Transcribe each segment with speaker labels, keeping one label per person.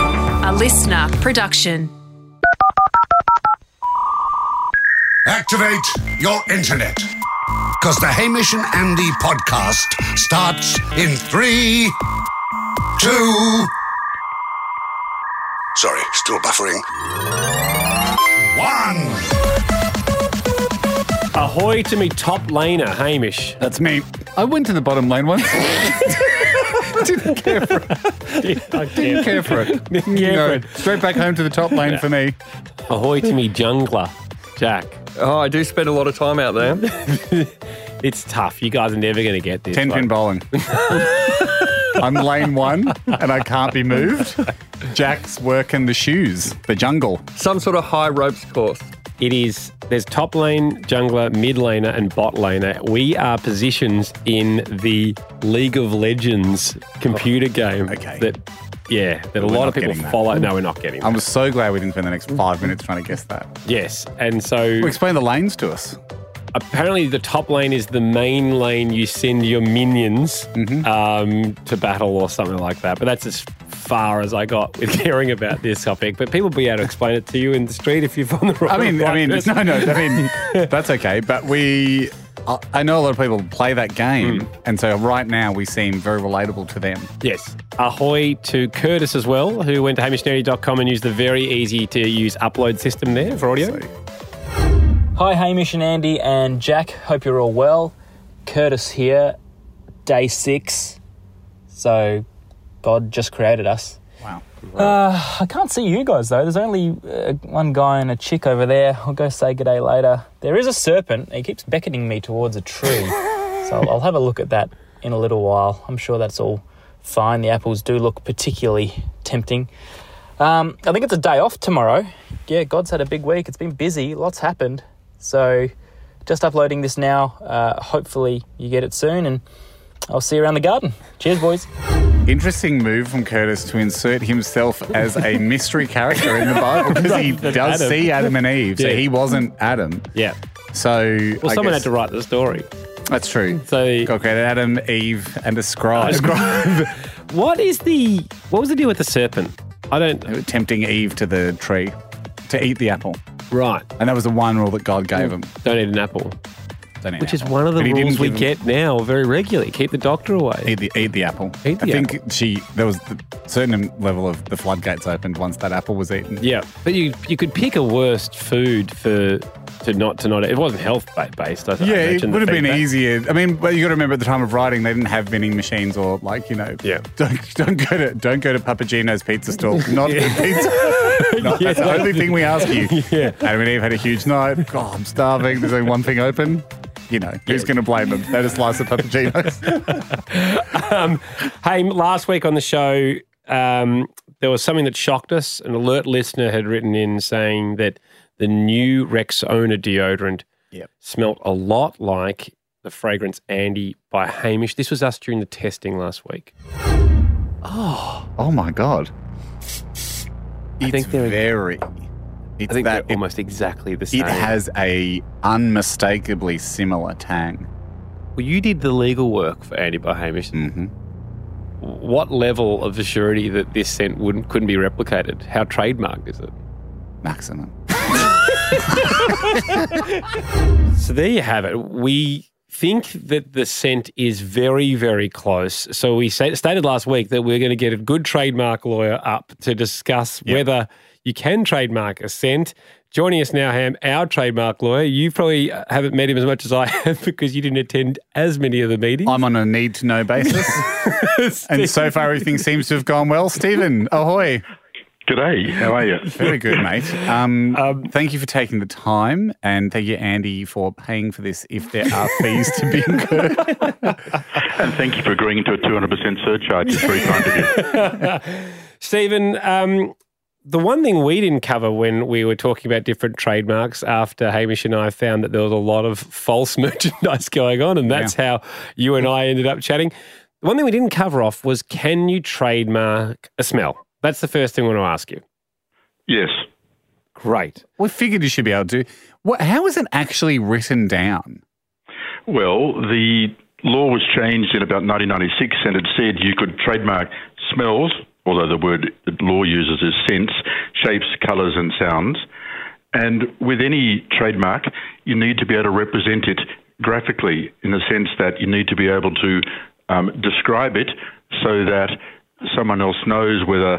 Speaker 1: A listener production.
Speaker 2: Activate your internet. Because the Hamish and Andy podcast starts in three, two. Sorry, still buffering. One.
Speaker 3: Ahoy to me top laner, Hamish.
Speaker 4: That's me. I went to the bottom lane once. Didn't care for it. Didn't care for it.
Speaker 3: Didn't care for it.
Speaker 4: Straight back home to the top lane for me.
Speaker 3: Ahoy to me jungler, Jack.
Speaker 5: Oh, I do spend a lot of time out there.
Speaker 3: It's tough. You guys are never going to get this.
Speaker 4: Ten
Speaker 3: Like,
Speaker 4: pin bowling. I'm lane one and I can't be moved. Jack's working the shoes, the jungle.
Speaker 5: Some sort of high ropes course.
Speaker 3: It is. There's top lane, jungler, mid laner, and bot laner. We are positions in the League of Legends computer game.
Speaker 4: Oh, okay.
Speaker 3: That, yeah, that a
Speaker 4: we're
Speaker 3: lot
Speaker 4: not
Speaker 3: of people
Speaker 4: getting that. Um,
Speaker 3: follow. No, we're not getting.
Speaker 4: I
Speaker 3: that.
Speaker 4: was so glad we didn't spend the next five minutes trying to guess that.
Speaker 3: yes, and so
Speaker 4: Well, explain the lanes to us.
Speaker 3: apparently the top lane is the main lane you send your minions
Speaker 4: Mm-hmm.
Speaker 3: um, to battle or something like that. But that's as far as I got with hearing about this topic. But people will be able to explain it to you in the street if you've on the right.
Speaker 4: I mean, I
Speaker 3: right
Speaker 4: mean,
Speaker 3: person.
Speaker 4: no, no, I mean, that's okay. But we, I- I know a lot of people play that game,
Speaker 3: Hmm.
Speaker 4: and so right now we seem very relatable to them.
Speaker 3: Yes. Ahoy to Curtis as well, who went to hamishnary.com and used the very easy to use upload system there for audio.
Speaker 6: Hi, Hamish and Andy and Jack. Hope you're all well. Curtis here, day six. So, God just created us.
Speaker 4: Wow.
Speaker 3: Uh,
Speaker 6: I can't see you guys though. There's only uh, one guy and a chick over there. I'll go say good day later. There is a serpent. He keeps beckoning me towards a tree. so I'll, I'll have a look at that in a little while. I'm sure that's all fine. The apples do look particularly tempting. Um, I think it's a day off tomorrow. Yeah, God's had a big week. It's been busy. Lots happened. So just uploading this now. Uh, hopefully you get it soon, and I'll see you around the garden. Cheers, boys.
Speaker 4: Interesting move from Curtis to insert himself as a mystery character in the Bible because he
Speaker 3: That's
Speaker 4: does
Speaker 3: Adam.
Speaker 4: see Adam and Eve, so
Speaker 3: Yeah.
Speaker 4: he wasn't Adam.
Speaker 3: Yeah.
Speaker 4: So
Speaker 3: Well,
Speaker 4: I
Speaker 3: someone
Speaker 4: guess-
Speaker 3: had to write the story.
Speaker 4: That's true. So
Speaker 3: So,
Speaker 4: God created Adam, Eve, and a scribe.
Speaker 3: what is the what was the deal with the serpent? I don't.
Speaker 4: tempting Eve to the tree to eat the apple,
Speaker 3: Right.
Speaker 4: and that was the one rule that God gave him.
Speaker 3: Don't eat an apple.
Speaker 4: Don't eat
Speaker 3: Which is
Speaker 4: apple.
Speaker 3: one of the
Speaker 4: But he didn't
Speaker 3: rules we
Speaker 4: give
Speaker 3: get
Speaker 4: him-
Speaker 3: now very regularly. Keep the doctor away.
Speaker 4: Eat the eat the apple.
Speaker 3: Eat the
Speaker 4: I think she there was the certain level of the floodgates opened once that apple was eaten.
Speaker 3: Yeah, but you you could pick a worst food for to not to not. It wasn't health ba- based. I th- I
Speaker 4: Yeah, it
Speaker 3: imagine, the
Speaker 4: would have been
Speaker 3: feedback.
Speaker 4: easier. I mean, but you got to remember at the time of writing, they didn't have vending machines or like you know.
Speaker 3: Yeah.
Speaker 4: Don't don't go to don't go to Papagino's pizza store. Not good pizza. Not- That's the only thing we ask you.
Speaker 3: Yeah.
Speaker 4: Adam and Eve had a huge night. God, I'm starving. There's only one thing open. You know, who's going to blame them? They had a slice of Papagino's.
Speaker 3: Hey, last week on the show, um, there was something that shocked us. An alert listener had written in saying that the new Rexona deodorant
Speaker 4: Yep.
Speaker 3: smelt a lot like the fragrance Andy by Hamish. This was us during the testing last week.
Speaker 4: oh my god. It's
Speaker 3: think they're-
Speaker 4: very. It's
Speaker 3: I think
Speaker 4: that
Speaker 3: they're almost exactly the same.
Speaker 4: It has a unmistakably similar tang.
Speaker 3: Well, you did the legal work for Andy by Hamish.
Speaker 4: Mm-hmm.
Speaker 3: What level of surety that this scent wouldn't couldn't be replicated? How trademarked is it?
Speaker 4: Maximum.
Speaker 3: So there you have it. We think that the scent is very, very close. So we sa- stated last week that we're going to get a good trademark lawyer up to discuss whether you can trademark a scent. Joining us now, Ham, our trademark lawyer. You probably uh, haven't met him as much as I have because you didn't attend as many of the meetings.
Speaker 4: I'm on a need to know basis. and so far, everything seems to have gone well. Stephen, ahoy.
Speaker 7: G'day, how are you?
Speaker 4: Very good, mate. Um, thank you for taking the time. And thank you, Andy, for paying for this if there are fees to be incurred.
Speaker 7: And thank you for agreeing to a 200% surcharge. It's very kind of you.
Speaker 3: Stephen, um, the one thing we didn't cover when we were talking about different trademarks after Hamish and I found that there was a lot of false merchandise going on, and that's how you and I ended up chatting. The one thing we didn't cover off was can you trademark a smell? That's the first thing I want to ask you.
Speaker 7: Yes.
Speaker 3: Great.
Speaker 4: we figured you should be able to. What, how is it actually written down?
Speaker 7: Well, the law was changed in about 1996 and it said you could trademark smells although the word that law uses is sense, shapes, colours, and sounds. And with any trademark, you need to be able to represent it graphically in the sense that you need to be able to um, describe it so that someone else knows whether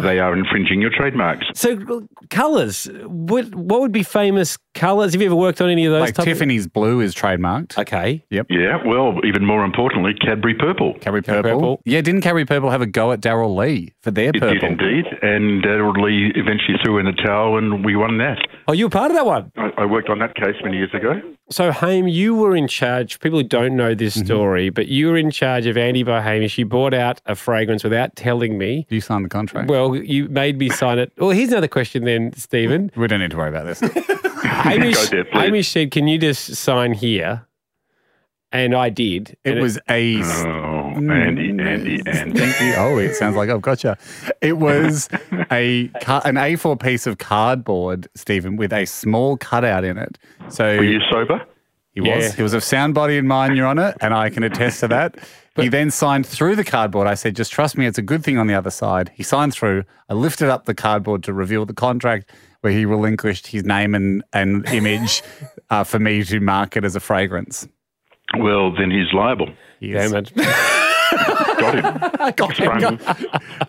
Speaker 7: they are infringing your trademarks.
Speaker 3: So colours. What what would be famous colours? Have you ever worked on any of those?
Speaker 4: Like
Speaker 3: type Uh, of-
Speaker 4: Tiffany's blue is trademarked.
Speaker 3: okay.
Speaker 7: Yeah, well, even more importantly, Cadbury Purple.
Speaker 4: Cadbury purple.
Speaker 3: Purple.
Speaker 4: Yeah, didn't Cadbury purple have a go at Daryl Lee for their
Speaker 7: It
Speaker 4: purple?
Speaker 7: did indeed, and Daryl Lee eventually threw in the towel, and we won that.
Speaker 3: Oh, you were part of that one.
Speaker 7: I, I worked on that case many years ago.
Speaker 3: So, Haim, you were in charge. People who don't know this
Speaker 4: Mm-hmm.
Speaker 3: story, but you were in charge of Andy by Hamish. You bought out a fragrance without telling me.
Speaker 4: You signed the contract.
Speaker 3: Well, you made me sign it. Well, here's another question then, Stephen.
Speaker 4: we don't need to worry about this.
Speaker 7: Go
Speaker 3: Hamish,
Speaker 7: there, please.
Speaker 3: Hamish said, "Can you just sign here?" And I did.
Speaker 4: it
Speaker 3: And
Speaker 4: was a.
Speaker 7: Oh, Andy,
Speaker 4: mm.
Speaker 7: Andy, Andy.
Speaker 4: Thank you. Hmm. Oh, it sounds like I've got you. It was a ca- an A4 piece of cardboard, Stephen, with a small cutout in it. So
Speaker 7: Were you sober?
Speaker 4: He was.
Speaker 3: Yeah.
Speaker 4: He was of sound body and mind, Your Honour, and I can attest to that. he then signed through the cardboard. I said, just trust me, it's a good thing on the other side. He signed through. I lifted up the cardboard to reveal the contract where he relinquished his name and, and image uh, for me to mark it as a fragrance.
Speaker 7: Well, then he's liable.
Speaker 4: He is-
Speaker 3: Damn it. Do
Speaker 7: Got him. Sprung.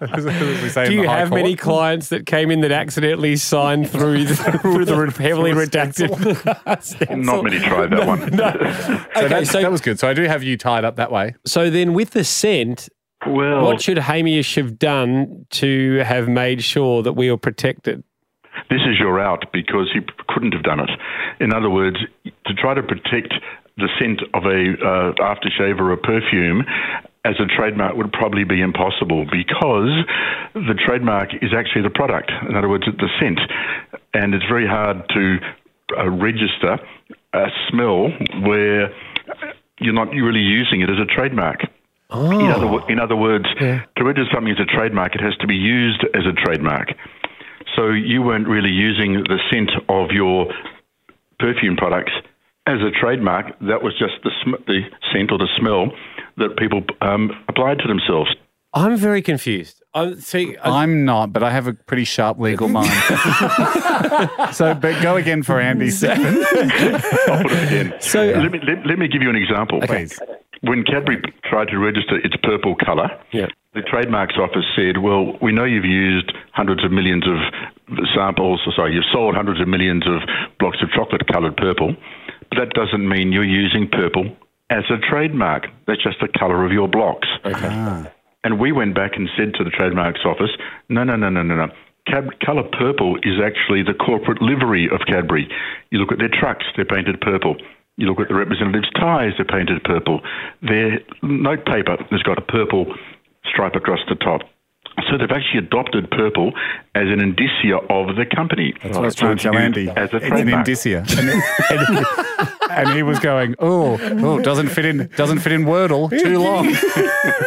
Speaker 4: As we say in
Speaker 3: you
Speaker 4: the High
Speaker 3: have many
Speaker 4: Court.
Speaker 3: clients that came in that accidentally signed through the, through the heavily redacted?
Speaker 7: Not many tried that one.
Speaker 4: So
Speaker 3: Okay,
Speaker 4: that, that
Speaker 3: so
Speaker 4: was good. So I do have you tied up that way.
Speaker 3: so then with the scent,
Speaker 7: Well,
Speaker 3: What should Hamish have done to have made sure that we were protected?
Speaker 7: this is your out because he couldn't have done it. In other words, to try to protect the scent of a uh, aftershave or a perfume as a trademark would probably be impossible because the trademark is actually the product. In other words, the scent, and it's very hard to uh, register a smell where you're not really using it as a trademark. In other, wo- in other words, to register something as a trademark, it has to be used as a trademark. So you weren't really using the scent of your perfume products as a trademark. That was just the, sm- the scent or the smell that people um, applied to themselves.
Speaker 3: I'm very confused. I see. I,
Speaker 4: I'm not, but I have a pretty sharp legal mind. so, but go again for Andy. Stephen.
Speaker 7: I'll put it again.
Speaker 3: So-
Speaker 7: let, me, let, let me give you an example.
Speaker 4: Please.
Speaker 7: When Cadbury tried to register its purple colour,
Speaker 3: Yeah.
Speaker 7: the trademarks office said, "Well, we know you've used hundreds of millions of samples. or Sorry, you've sold hundreds of millions of blocks of chocolate-coloured purple, but that doesn't mean you're using purple as a trademark. That's just the colour of your blocks." Okay. And we went back and said to the trademarks office, "No, no, no, no, no, no." Cad- colour purple is actually the corporate livery of Cadbury. You look at their trucks; they're painted purple. You look at the representatives' ties; they're painted purple. Their notepaper has got a purple stripe across the top. So they've actually adopted purple as an indicia of the company. That's
Speaker 4: I was trying to tell Andy.
Speaker 7: As a
Speaker 4: it's an
Speaker 7: trademark.
Speaker 4: indicia. And, and- and he was going, oh, oh, doesn't fit in, doesn't fit in Wordle, too long.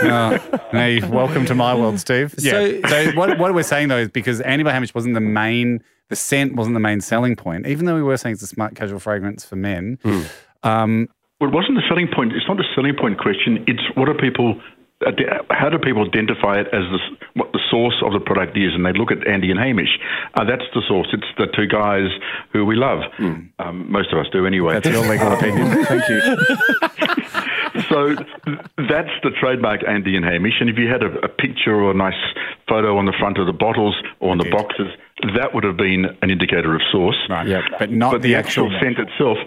Speaker 4: Uh, hey, welcome to my world, Steve.
Speaker 3: So-
Speaker 4: Yeah. So, what, what we're saying though is because Andy by Hamish wasn't the main, the scent wasn't the main selling point, even though we were saying it's a smart casual fragrance for men.
Speaker 7: Well, it wasn't the selling point. It's not a selling point question. It's what are people, uh, how do people identify it as the, what the source of the product is? And they look at Andy and Hamish. Uh, that's the source. It's the two guys who we love. Um, most of us do anyway.
Speaker 4: Hmm. That's your legal opinion. Thank you.
Speaker 7: so that's the trademark Andy and Hamish. And if you had a, a picture or a nice photo on the front of the bottles or on the boxes, that would have been an indicator of source.
Speaker 4: Right. But not
Speaker 7: But
Speaker 4: the, actual,
Speaker 7: scent itself,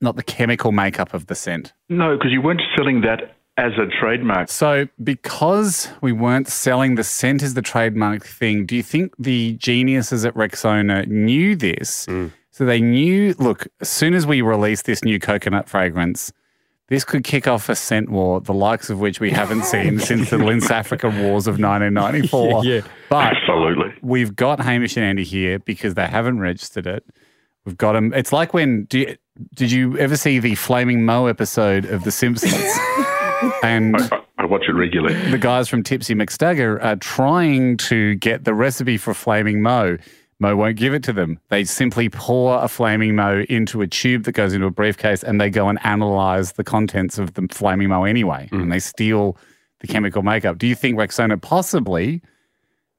Speaker 4: not the chemical makeup of the scent.
Speaker 7: no, because you weren't selling that as a trademark.
Speaker 4: So, because we weren't selling the scent as the trademark thing, do you think the geniuses at Rexona knew this? So they knew, look, as soon as we release this new coconut fragrance, this could kick off a scent war, the likes of which we haven't seen since the Linz Africa Wars of 1994.
Speaker 3: Yeah, yeah.
Speaker 4: But
Speaker 7: Absolutely.
Speaker 4: we've got Hamish and Andy here because they haven't registered it. We've got them. It's like when do you, did you ever see the Flaming Moe episode of The Simpsons? and
Speaker 7: I, I watch it regularly.
Speaker 4: the guys from Tipsy McStagger are trying to get the recipe for Flaming Mo. Mo won't give it to them. They simply pour a Flaming Mo into a tube that goes into a briefcase and they go and analyze the contents of the
Speaker 7: Mm.
Speaker 4: Flaming Mo anyway. And they steal the chemical makeup. Do you think Rexona possibly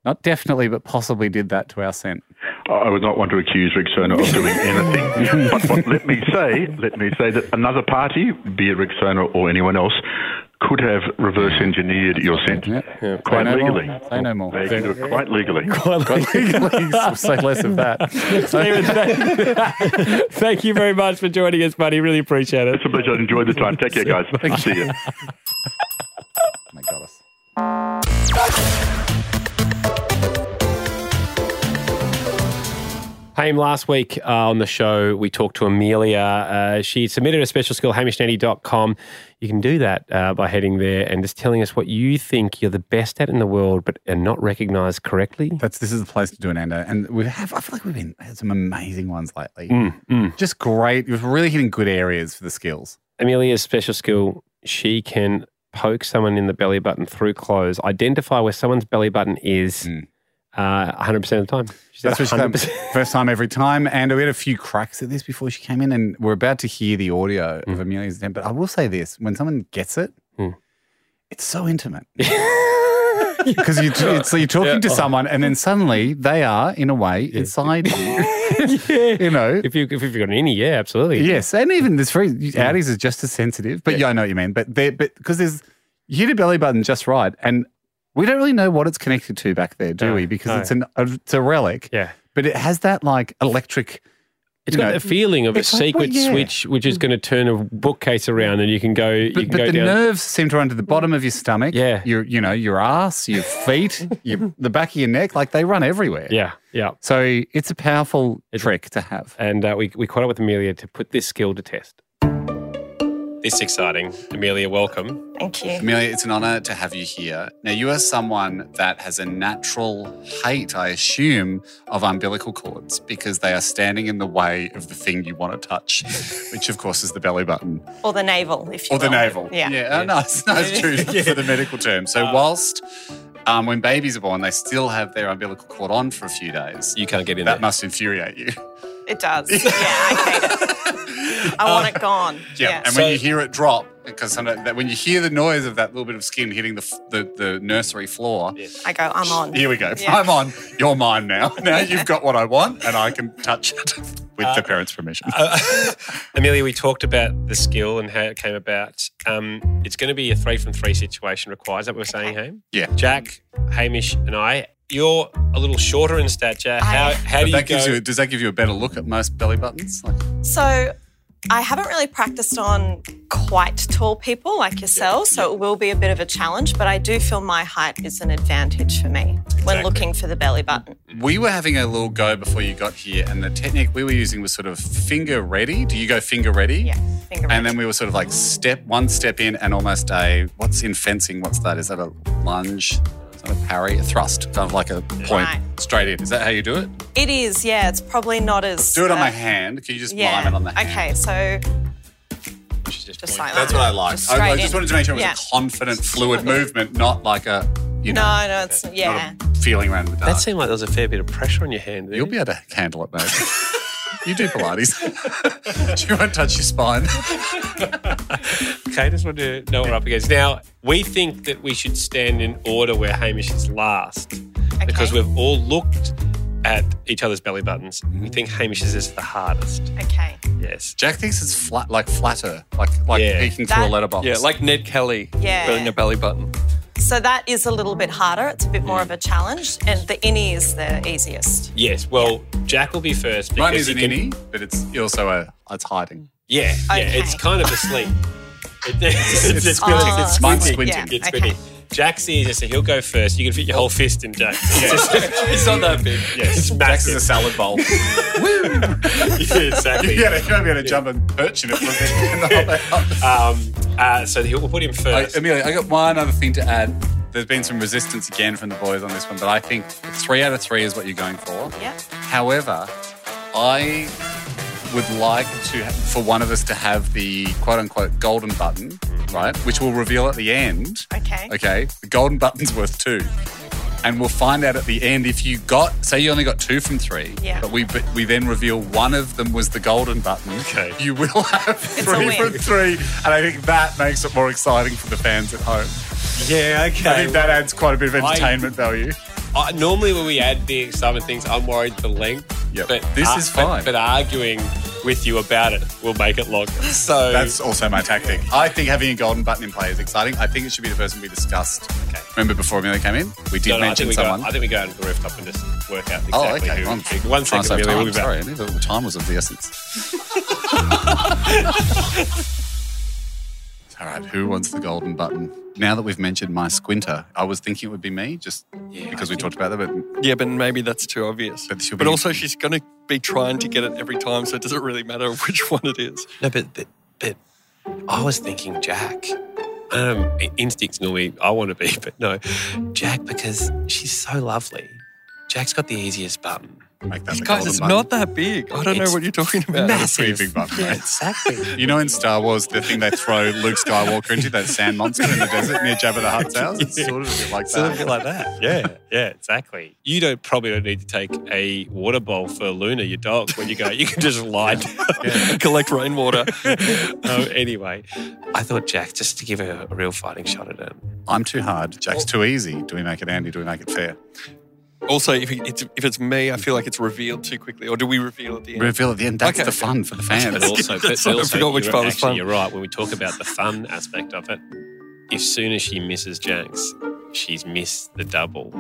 Speaker 4: Not definitely, but possibly did that to our scent.
Speaker 7: I would not want to accuse Rick Serna of doing anything. but, but let me say, let me say that another party, be it Rick Serna or anyone else, could have reverse engineered your scent
Speaker 4: Yeah. Yeah.
Speaker 7: quite
Speaker 4: Say no more.
Speaker 7: legally.
Speaker 4: Say no more.
Speaker 7: They can do it quite legally.
Speaker 4: Say less of that. Oh
Speaker 3: Stephen, thank- thank you very much for joining us, buddy. Really appreciate it.
Speaker 7: It's a pleasure. I enjoyed the time. Take care, guys. See you.
Speaker 4: My goddess.
Speaker 3: Haim, last week uh, on the show, we talked to Amelia. Uh, she submitted a special skill, hamishnanny.com. You can do that uh, by heading there and just telling us what you think you're the best at in the world, but are not recognized correctly.
Speaker 4: That's this is the place to do an endo, and we have. I feel like we've been had some amazing ones lately. Just great. We've really hitting good areas for the skills.
Speaker 3: Amelia's special skill, she can poke someone in the belly button through clothes, identify where someone's belly button is uh, 100% of the time. She's
Speaker 4: Hmm. That's what she said.
Speaker 3: 100%.
Speaker 4: First time every time, and we had a few cracks at this before she came in, and we're about to hear the audio of Amelia's attempt. But I will say this: when someone gets it, it's so intimate. Because you, it's, so you're talking to someone, and then suddenly they are, in a way, inside you. You know,
Speaker 3: If, you, if you've got an innie, yeah, absolutely.
Speaker 4: Yes, and even this very outies is just as sensitive. But yeah, I know what you mean. But there, but because there's you hit a belly button just right, and we don't really know what it's connected to back there, do
Speaker 3: No,
Speaker 4: we? Because
Speaker 3: no.
Speaker 4: it's an a, it's a relic.
Speaker 3: Yeah.
Speaker 4: but it has that like electric.
Speaker 3: It's
Speaker 4: you
Speaker 3: got
Speaker 4: know,
Speaker 3: the feeling of a
Speaker 4: it's like,
Speaker 3: secret
Speaker 4: well, yeah.
Speaker 3: switch, which is going to turn a bookcase around, and you can go. you
Speaker 4: But,
Speaker 3: can
Speaker 4: but
Speaker 3: go
Speaker 4: the
Speaker 3: down.
Speaker 4: nerves seem to run to the bottom of your stomach.
Speaker 3: Yeah.
Speaker 4: your you know your ass, your feet, your, the back of your neck. Like they run everywhere.
Speaker 3: yeah, yeah.
Speaker 4: So it's a powerful trick to have.
Speaker 3: And uh, we we caught up with Amelia to put this skill to test. This is exciting, Amelia. Welcome.
Speaker 8: Thank you.
Speaker 4: Amelia, it's an honour to have you here. Now, you are someone that has a natural hate, I assume, of umbilical cords because they are standing in the way of the thing you want to touch, which, of course, is the belly button
Speaker 8: Or the navel, if you
Speaker 4: or the
Speaker 8: will.
Speaker 4: navel.
Speaker 8: Yeah.
Speaker 4: yeah. Oh, no, it's, no, it's true for the medical term. So, whilst um, when babies are born, they still have their umbilical cord on for a few days.
Speaker 3: You can't get in
Speaker 4: that
Speaker 3: there.
Speaker 4: must infuriate you.
Speaker 8: It does. Yeah, I hate it. I want it gone.
Speaker 4: Yeah,
Speaker 8: Yeah.
Speaker 4: and when you hear it drop, because sometimes that when you hear the noise of that little bit of skin hitting the f- the, the nursery floor,
Speaker 8: I go, I'm on.
Speaker 4: Here we go.
Speaker 8: Yeah.
Speaker 4: I'm on. You're mine now. Now you've got what I want, and I can touch it with
Speaker 8: Uh,
Speaker 4: the parents' permission.
Speaker 3: Amelia, we talked about the skill and how it came about. Um, it's going to be a three from three situation requires that we're saying, Ham.
Speaker 4: Yeah.
Speaker 3: Jack, Hamish, and I. You're a little shorter in stature. How how do
Speaker 4: But
Speaker 3: you
Speaker 4: that
Speaker 3: go?
Speaker 4: gives you, does that give you a better look at most belly buttons? Like,
Speaker 8: So I haven't really practiced on quite tall people like yourselves, so it will be a bit of a challenge, but I do feel my height is an advantage for me when looking for the belly button.
Speaker 4: we were having a little go before you got here, and the technique we were using was sort of finger ready. Do you go finger ready?
Speaker 8: Yeah. Finger
Speaker 4: And
Speaker 8: ready.
Speaker 4: then we were sort of like step one step in and almost a what's in fencing? What's that? Is that a lunge? Is that a parry? A thrust? Kind of like a point
Speaker 8: Right.
Speaker 4: straight in. Is that how you do it?
Speaker 8: It is, yeah, it's probably not as
Speaker 4: Do it on
Speaker 8: uh,
Speaker 4: my hand. Can you just
Speaker 8: Yeah.
Speaker 4: mime it on the hand?
Speaker 8: Okay, so
Speaker 3: She's just
Speaker 8: just
Speaker 3: pointing.
Speaker 8: like
Speaker 4: That's
Speaker 8: that.
Speaker 4: what I like.
Speaker 8: Just
Speaker 4: I, I
Speaker 8: straight
Speaker 4: just
Speaker 8: in.
Speaker 4: wanted to make sure it was
Speaker 8: Yeah.
Speaker 4: a confident, fluid movement, not like a you know
Speaker 8: No, no, it's yeah.
Speaker 4: not a feeling around in the dark.
Speaker 3: That seemed like there was a fair bit of pressure on your hand. There.
Speaker 4: You'll be able to handle it, mate. you do Pilates. you won't touch your spine.
Speaker 3: okay. I just want to know what we're up against. Now, we think that we should stand in order where Hamish is last because
Speaker 8: Okay.
Speaker 3: we've all looked at each other's belly buttons.
Speaker 4: Mm-hmm.
Speaker 3: We think Hamish's is the hardest.
Speaker 8: Okay.
Speaker 3: Yes.
Speaker 4: Jack thinks it's flat, like flatter, like like
Speaker 3: Yeah.
Speaker 4: peeking through a
Speaker 8: That-
Speaker 4: letterbox.
Speaker 9: Yeah, like Ned Kelly
Speaker 8: Yeah.
Speaker 9: burning a belly button.
Speaker 8: So that is a little bit harder. It's a bit more of a challenge, and the innie is the easiest.
Speaker 3: Yes. Well, Jack will be first because
Speaker 4: mine is
Speaker 3: he
Speaker 4: an
Speaker 3: can-
Speaker 4: innie, but it's also a it's hiding.
Speaker 3: Yeah. Yeah.
Speaker 8: Okay.
Speaker 3: It's kind of asleep. It- it's, it's,
Speaker 4: it's
Speaker 3: squinting.
Speaker 8: Oh,
Speaker 3: It's
Speaker 4: Mine's
Speaker 3: squinting.
Speaker 4: squinting.
Speaker 8: yeah.
Speaker 3: It's
Speaker 8: Okay.
Speaker 3: squinting. Jack's easier, so he'll go first. You can fit your whole fist in Jack.
Speaker 9: It's not that big.
Speaker 3: Yes. It's
Speaker 4: Jack's is a
Speaker 3: massive.
Speaker 4: salad bowl.
Speaker 3: Yeah, exactly.
Speaker 4: yeah, you won't be able to jump and perch in it. wouldn't you? And hop out.
Speaker 3: Um, uh, so he'll, we'll put him
Speaker 4: I,
Speaker 3: first.
Speaker 4: Amelia, I got one other thing to add. There's been some resistance again from the boys on this one, but I think three out of three is what you're going for.
Speaker 8: Yeah.
Speaker 4: However, I would like to ha- for one of us to have the quote unquote golden button, right? Which we'll reveal at the end.
Speaker 8: Okay.
Speaker 4: Okay. The golden button's worth two. And we'll find out at the end if you got, say you only got two from three,
Speaker 8: Yeah.
Speaker 4: but we but we then reveal one of them was the golden button.
Speaker 3: Okay.
Speaker 4: You will have
Speaker 8: a
Speaker 4: three
Speaker 8: win.
Speaker 4: from three. And I think that makes it more exciting for the fans at home.
Speaker 3: yeah, okay.
Speaker 4: I think that adds quite a bit of
Speaker 3: I-
Speaker 4: entertainment value.
Speaker 3: I, Uh, normally when we add the summer things, I'm worried the length.
Speaker 4: Yep.
Speaker 3: But
Speaker 4: This
Speaker 3: ar-
Speaker 4: is
Speaker 3: but-
Speaker 4: fine.
Speaker 3: But, arguing with you about it will make it longer. So
Speaker 4: That's also my tactic. I think having a golden button in play is exciting. I think it should be the person we discussed. Okay. Remember before Amelia came in? We did
Speaker 3: No, no, I,
Speaker 4: mention
Speaker 3: think we go,
Speaker 4: someone.
Speaker 3: I think we go out to the rooftop and just work out exactly
Speaker 4: Oh, okay.
Speaker 3: who.
Speaker 4: One,
Speaker 3: one
Speaker 4: trying to
Speaker 3: second,
Speaker 4: save
Speaker 3: Billy,
Speaker 4: time.
Speaker 3: we'll be back.
Speaker 4: Sorry, I knew that time was of the essence. All right, who wants the golden button? Now that we've mentioned my squinter, I was thinking it would be me, just because we talked about that. But
Speaker 5: Yeah, but maybe that's too obvious.
Speaker 4: But
Speaker 5: But,
Speaker 4: she'll be-
Speaker 5: also, she's going to be trying to get it every time, so it doesn't really matter which one it is.
Speaker 3: No, but, but but I was thinking Jack. Um, instincts normally I want to be, but no, Jack because she's so lovely. Jack's got the easiest button.
Speaker 4: make that the
Speaker 5: Guys,
Speaker 4: golden
Speaker 5: it's
Speaker 4: button.
Speaker 5: not that big. I don't
Speaker 3: It's
Speaker 5: know what you're talking about.
Speaker 4: It's a pretty big button, mate.
Speaker 3: Exactly.
Speaker 4: You know, in Star Wars, the thing they throw Luke Skywalker into, that sand monster in the desert near Jabba the Hutt's house? It's sort of a bit like
Speaker 3: It's a bit
Speaker 4: that.
Speaker 3: like that. Yeah, yeah, exactly. You don't probably don't need to take a water bowl for Luna, your dog, when you go. You can just lie down.
Speaker 5: Collect rainwater.
Speaker 3: um, anyway, I thought Jack just to give her a real fighting shot at it.
Speaker 4: I'm too hard. Jack's too easy. Do we make it Andy? Do we make it fair?
Speaker 5: also, if it's, if it's me, I feel like it's revealed too quickly. Or do we reveal at the end?
Speaker 4: Reveal at the end. That's
Speaker 5: Okay.
Speaker 4: the fun for the fans.
Speaker 3: But also, but
Speaker 5: That's why I
Speaker 3: also
Speaker 5: forgot which
Speaker 3: you're,
Speaker 5: part was
Speaker 3: actually,
Speaker 5: fun.
Speaker 3: You're right. When we talk about the fun aspect of it, if soon as she misses Jax, she's missed the double.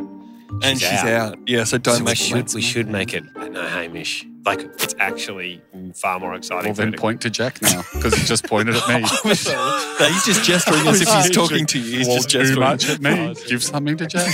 Speaker 5: and she's out. Yeah, so don't
Speaker 3: So we
Speaker 5: make it.
Speaker 3: should we should make it no Hamish. Like it's actually far more exciting.
Speaker 4: Well,
Speaker 3: for
Speaker 4: then
Speaker 3: her to-
Speaker 4: point to Jack now because he just pointed at me.
Speaker 5: No, he's just gesturing as if he's talking to you. He's just
Speaker 4: Well, too
Speaker 5: gesturing.
Speaker 4: much at me. Give something to Jack.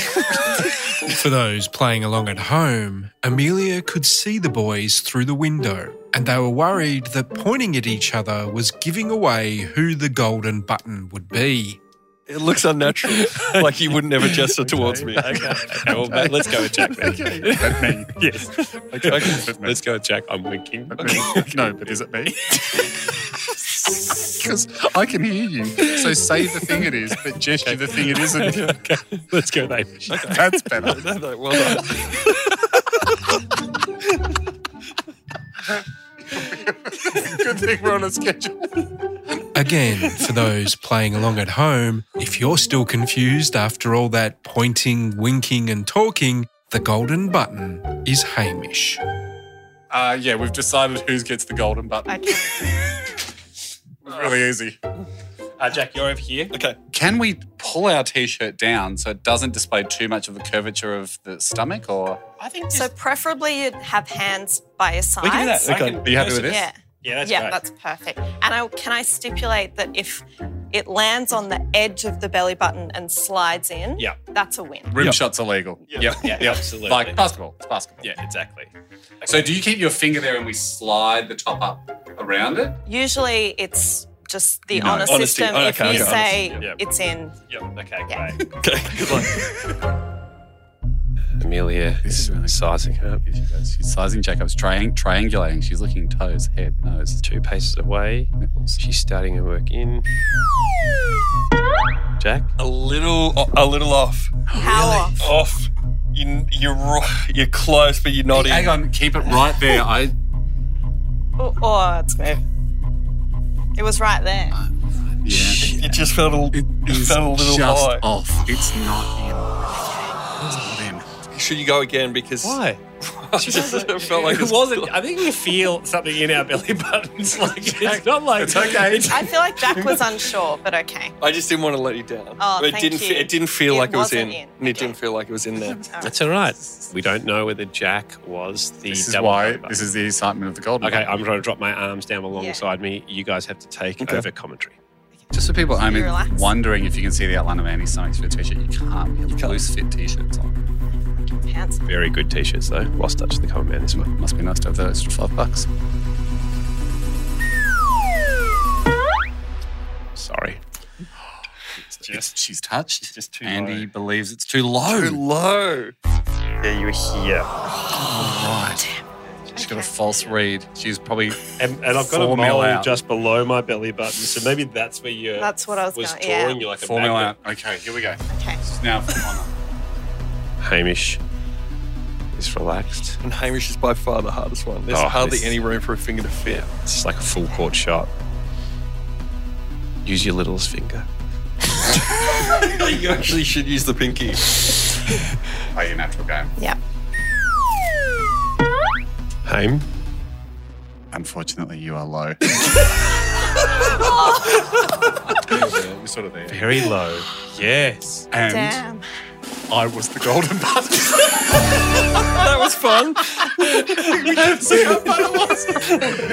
Speaker 6: For those playing along at home, Amelia could see the boys through the window, and they were worried that pointing at each other was giving away who the golden button would be.
Speaker 5: It looks unnatural. like he wouldn't ever gesture towards me.
Speaker 3: Okay, well, mate, let's go with Jack then.
Speaker 4: At me.
Speaker 3: Yes.
Speaker 4: Okay.
Speaker 3: Let's go with Jack. I'm winking.
Speaker 4: At me. No, but is it me? Because I can hear you. So say the thing it is, but gesture the thing it isn't.
Speaker 3: Okay. Let's go with Hamish.
Speaker 4: That's better.
Speaker 5: No, no, well done.
Speaker 4: Good thing we're on a schedule.
Speaker 6: Again, for those playing along at home, if you're still confused after all that pointing, winking, and talking, the golden button is Hamish.
Speaker 4: Uh, yeah, we've decided who gets the golden button.
Speaker 8: Okay.
Speaker 4: Really easy.
Speaker 3: Uh, Jack, you're over here.
Speaker 5: Okay.
Speaker 4: Can we pull our t-shirt down so it doesn't display too much of the curvature of the stomach? Or
Speaker 3: I think
Speaker 8: So preferably you'd have hands by your sides.
Speaker 5: We can do that.
Speaker 3: I
Speaker 5: Okay.
Speaker 3: can-
Speaker 4: are you happy with this?
Speaker 8: Yeah.
Speaker 3: Yeah, that's
Speaker 8: yeah,
Speaker 3: great.
Speaker 8: that's perfect. And I, can I stipulate that if it lands on the edge of the belly button and slides in,
Speaker 3: Yeah.
Speaker 8: that's a win.
Speaker 4: Rim shots illegal.
Speaker 3: Yep, yeah, absolutely.
Speaker 4: Like
Speaker 5: oh.
Speaker 4: basketball. It's basketball.
Speaker 3: yeah, exactly.
Speaker 4: So do you keep your finger there and we slide the top up around it?
Speaker 8: Usually it's just the
Speaker 4: No,
Speaker 8: honor
Speaker 5: honesty.
Speaker 8: system.
Speaker 5: Oh,
Speaker 8: if
Speaker 5: okay,
Speaker 8: you
Speaker 5: okay,
Speaker 8: say
Speaker 3: honesty, yeah.
Speaker 8: it's in,
Speaker 3: Yep. Okay,
Speaker 8: Yeah.
Speaker 3: great.
Speaker 5: Okay. Good luck.
Speaker 3: Amelia
Speaker 4: This is really
Speaker 3: sizing her up.
Speaker 4: Here she goes. She's sizing Jack up. She's triang- triangulating. She's looking toes, head, nose,
Speaker 3: two paces away.
Speaker 4: nipples.
Speaker 3: She's starting her work in. Jack?
Speaker 5: A little, a little off.
Speaker 8: power.
Speaker 5: Off. You, you're right. You're close, but you're not
Speaker 4: Hang
Speaker 5: in.
Speaker 4: on, keep it right there. I
Speaker 8: Oh, oh, it's moved. It was right there.
Speaker 4: yeah.
Speaker 5: It just felt a, it
Speaker 4: It's
Speaker 5: felt a little
Speaker 4: just
Speaker 5: high.
Speaker 4: off. It's not in. It's not
Speaker 5: Should you go again? Because
Speaker 3: Why?
Speaker 5: I just it felt like
Speaker 3: it wasn't. I think we feel something in our belly buttons. Like it's not like it's okay.
Speaker 8: I feel like Jack was unsure, but okay.
Speaker 5: I just didn't want to let you down.
Speaker 8: Oh,
Speaker 5: it
Speaker 8: thank
Speaker 5: didn't. fe-
Speaker 8: you.
Speaker 5: It didn't feel
Speaker 8: It
Speaker 5: like it was in.
Speaker 8: wasn't in.
Speaker 5: And it didn't feel like it was in there.
Speaker 3: That's all right. We don't know whether Jack was the.
Speaker 4: This is
Speaker 3: double
Speaker 4: why.
Speaker 3: number.
Speaker 4: This is the excitement of the golden.
Speaker 3: Okay,
Speaker 4: button.
Speaker 3: I'm trying to drop my arms down alongside me. You guys have to take over commentary.
Speaker 4: Just for people, I mean,
Speaker 8: relax.
Speaker 4: wondering if you can see the outline of Andy's stomach through a t-shirt. You can't. We have loose fit t-shirts on.
Speaker 8: Pants.
Speaker 3: Very good t-shirts though. Lost touch the comment man this one.
Speaker 4: Must be nice to have that extra five bucks.
Speaker 3: Sorry.
Speaker 4: Just she's touched.
Speaker 3: just too
Speaker 4: Andy
Speaker 3: low.
Speaker 4: believes it's too low.
Speaker 5: Too low.
Speaker 3: Yeah, you were here.
Speaker 4: She's got a false read. She's probably
Speaker 3: And, and I've got
Speaker 4: Four
Speaker 3: a
Speaker 4: mil
Speaker 3: mole
Speaker 4: out.
Speaker 3: just below my belly button, so maybe that's where you
Speaker 8: That's what I was
Speaker 3: was
Speaker 8: gonna- yeah.
Speaker 3: drawing you like
Speaker 4: four
Speaker 3: a
Speaker 4: mil out.
Speaker 3: magnet.
Speaker 4: Okay, here we go.
Speaker 8: Okay.
Speaker 4: It's now for Honor.
Speaker 3: Hamish is relaxed.
Speaker 5: And Hamish is by far the hardest one. There's
Speaker 3: Oh,
Speaker 5: hardly
Speaker 3: this-
Speaker 5: any room for a finger to fit.
Speaker 3: It's like a full court shot. Use your littlest finger.
Speaker 5: you actually should use the pinky.
Speaker 4: Play your natural game.
Speaker 8: Yeah.
Speaker 10: Home.
Speaker 4: Unfortunately, you are low. We're sort of there.
Speaker 10: Very low. Yes.
Speaker 4: And
Speaker 8: Damn.
Speaker 4: I was the golden button.
Speaker 10: that was fun.
Speaker 4: You can see how fun it was.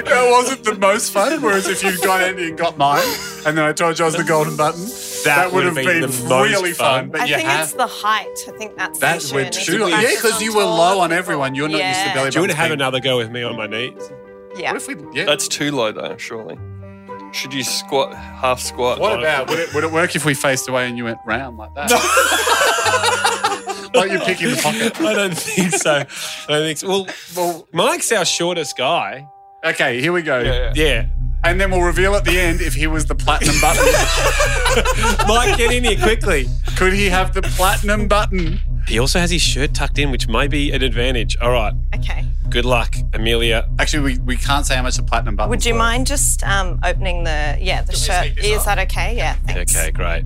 Speaker 4: That wasn't the most fun, whereas if you got Andy and got mine, and then I told you I was the golden button, that, would have been,
Speaker 10: the most
Speaker 4: really fun.
Speaker 10: fun.
Speaker 4: But
Speaker 8: I
Speaker 4: you
Speaker 8: think
Speaker 4: have
Speaker 8: it's the height. I think that's the
Speaker 4: That's
Speaker 8: issue,
Speaker 4: where
Speaker 8: and it's
Speaker 4: two-
Speaker 8: the
Speaker 4: yeah, 'cause you were
Speaker 8: taller
Speaker 4: low on
Speaker 8: people.
Speaker 4: everyone. You're not used to
Speaker 8: Yeah.
Speaker 4: belly
Speaker 10: Do you want to have
Speaker 4: Being-
Speaker 10: another go with me on my knees?
Speaker 8: Yeah.
Speaker 4: What if we? Yeah.
Speaker 5: That's too low though, surely. Should you squat, half squat?
Speaker 4: what
Speaker 5: No.
Speaker 4: about would it, would it work if we faced away and you went round like that? like you're picking the pocket.
Speaker 10: I don't think so. I don't think so. Well,
Speaker 4: Well,
Speaker 10: Mike's our shortest guy.
Speaker 4: okay, here we go.
Speaker 5: Yeah,
Speaker 10: Yeah.
Speaker 4: And then we'll reveal at the end if he was the platinum button.
Speaker 10: Mike, get in here quickly.
Speaker 4: Could he have the platinum button?
Speaker 10: He also has his shirt tucked in, which may be an advantage. All right.
Speaker 8: Okay.
Speaker 10: Good luck, Amelia.
Speaker 4: Actually, we, we can't say how much the platinum button.
Speaker 8: Would you mind just um, opening the yeah the shirt? Is that okay? Yeah. Thanks.
Speaker 10: Okay, great.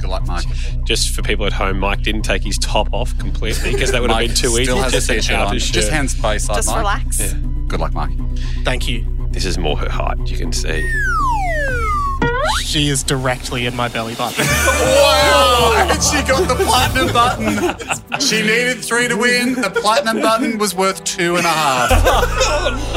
Speaker 4: Good luck, Mike.
Speaker 10: Just for people at home, Mike didn't take his top off completely because that would have
Speaker 4: Mike
Speaker 10: been too easy.
Speaker 4: Still has
Speaker 10: Just
Speaker 4: a
Speaker 10: an
Speaker 4: t-shirt on.
Speaker 10: outer
Speaker 4: Just
Speaker 10: shirt.
Speaker 4: hand space like
Speaker 8: Just
Speaker 4: Mike.
Speaker 8: relax.
Speaker 4: Good luck, Mike.
Speaker 11: Thank you.
Speaker 10: This is more her height, you can see.
Speaker 11: She is directly in my belly button.
Speaker 4: Wow! and she got the platinum button. She needed three to win. The platinum button was worth two and a half.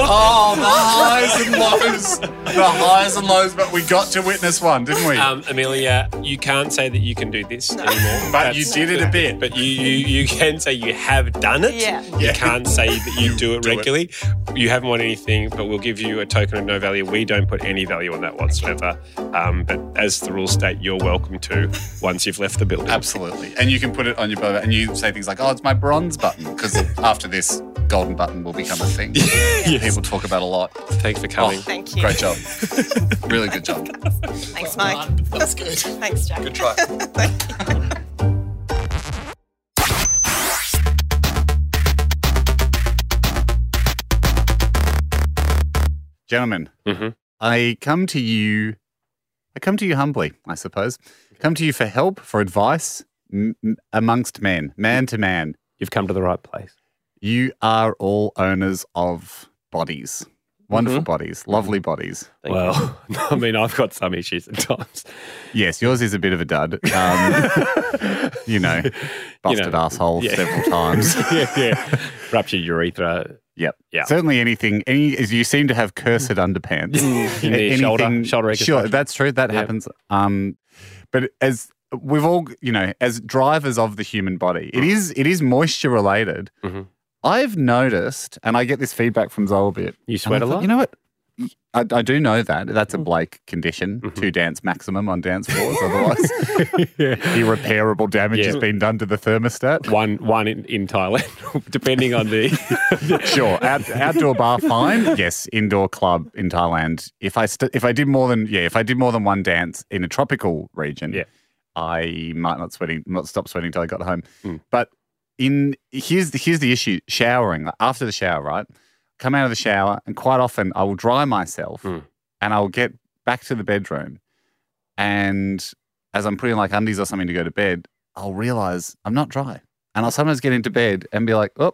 Speaker 4: Oh, the highs and lows. The highs and lows, but we got to witness one, didn't we?
Speaker 10: Um, Amelia, you can't say that you can do this anymore.
Speaker 4: but you did it a bit.
Speaker 10: But you, you, you can say you have done it.
Speaker 8: Yeah.
Speaker 10: You can't say that you do it
Speaker 4: do it.
Speaker 10: regularly. You haven't won anything, but we'll give you a token of no value. We don't put any value on that whatsoever. Um, but as the rules state, you're welcome to once you've left the building.
Speaker 4: Absolutely. And you can put it on your button and you say things like, oh, it's my bronze button, because after this, golden button will become a thing.
Speaker 10: Yes.
Speaker 4: People talk about a lot.
Speaker 10: Thanks for
Speaker 3: Oh,
Speaker 10: coming.
Speaker 8: Thank you.
Speaker 4: Great job. really good job.
Speaker 8: Thanks, Mike. That's good. Thanks, Jack.
Speaker 5: Good try.
Speaker 4: Gentlemen,
Speaker 3: Mm-hmm.
Speaker 10: Mhm.
Speaker 4: I come to you. I come to you humbly, I suppose. Come to you for help, for advice m- m- amongst men, man to man.
Speaker 3: You've come to the right place.
Speaker 4: You are all owners of bodies,
Speaker 3: Mm-hmm.
Speaker 4: wonderful bodies, lovely bodies.
Speaker 10: Thank
Speaker 3: well, I mean, I've got some issues at times.
Speaker 4: Yes, yours is a bit of a dud. Um, you know, busted
Speaker 3: know,
Speaker 4: asshole
Speaker 3: yeah.
Speaker 4: several times.
Speaker 3: yeah, yeah. Ruptured urethra.
Speaker 4: Yep.
Speaker 3: Yeah.
Speaker 4: Certainly anything, any, as you seem to have cursed underpants.
Speaker 3: You need shoulder- shoulder
Speaker 4: Sure,
Speaker 3: reconstruction.
Speaker 4: that's true. That
Speaker 3: Yep.
Speaker 4: happens. Um, but as we've all, you know, as drivers of the human body,
Speaker 3: Mm.
Speaker 4: it is it is moisture related.
Speaker 3: Mhm.
Speaker 4: I've noticed, and I get this feedback from Zoe a bit.
Speaker 3: You
Speaker 4: and
Speaker 3: sweat
Speaker 4: I
Speaker 3: a
Speaker 4: thought,
Speaker 3: lot? Mm.
Speaker 4: You know what? I, I do know that. That's a Blake condition
Speaker 3: Mm-hmm.
Speaker 4: to dance maximum on dance floors. Otherwise, irreparable damage
Speaker 3: Yeah.
Speaker 4: has been done to the thermostat.
Speaker 3: One, one in, in Thailand, depending on the.
Speaker 4: sure. Out, outdoor bar, fine. Yes, indoor club in Thailand. If I st- if I did more than yeah, if I did more than one dance in a tropical region,
Speaker 3: Yeah.
Speaker 4: I might not sweating, not stop sweating till I got home. But in here's the, here's the issue: showering like, after the shower, right? Come out of the shower, and quite often I will dry myself, and I'll get back to the bedroom, and as I'm putting like undies or something to go to bed, I'll realize I'm not dry. And I'll sometimes get into bed and be like, oh,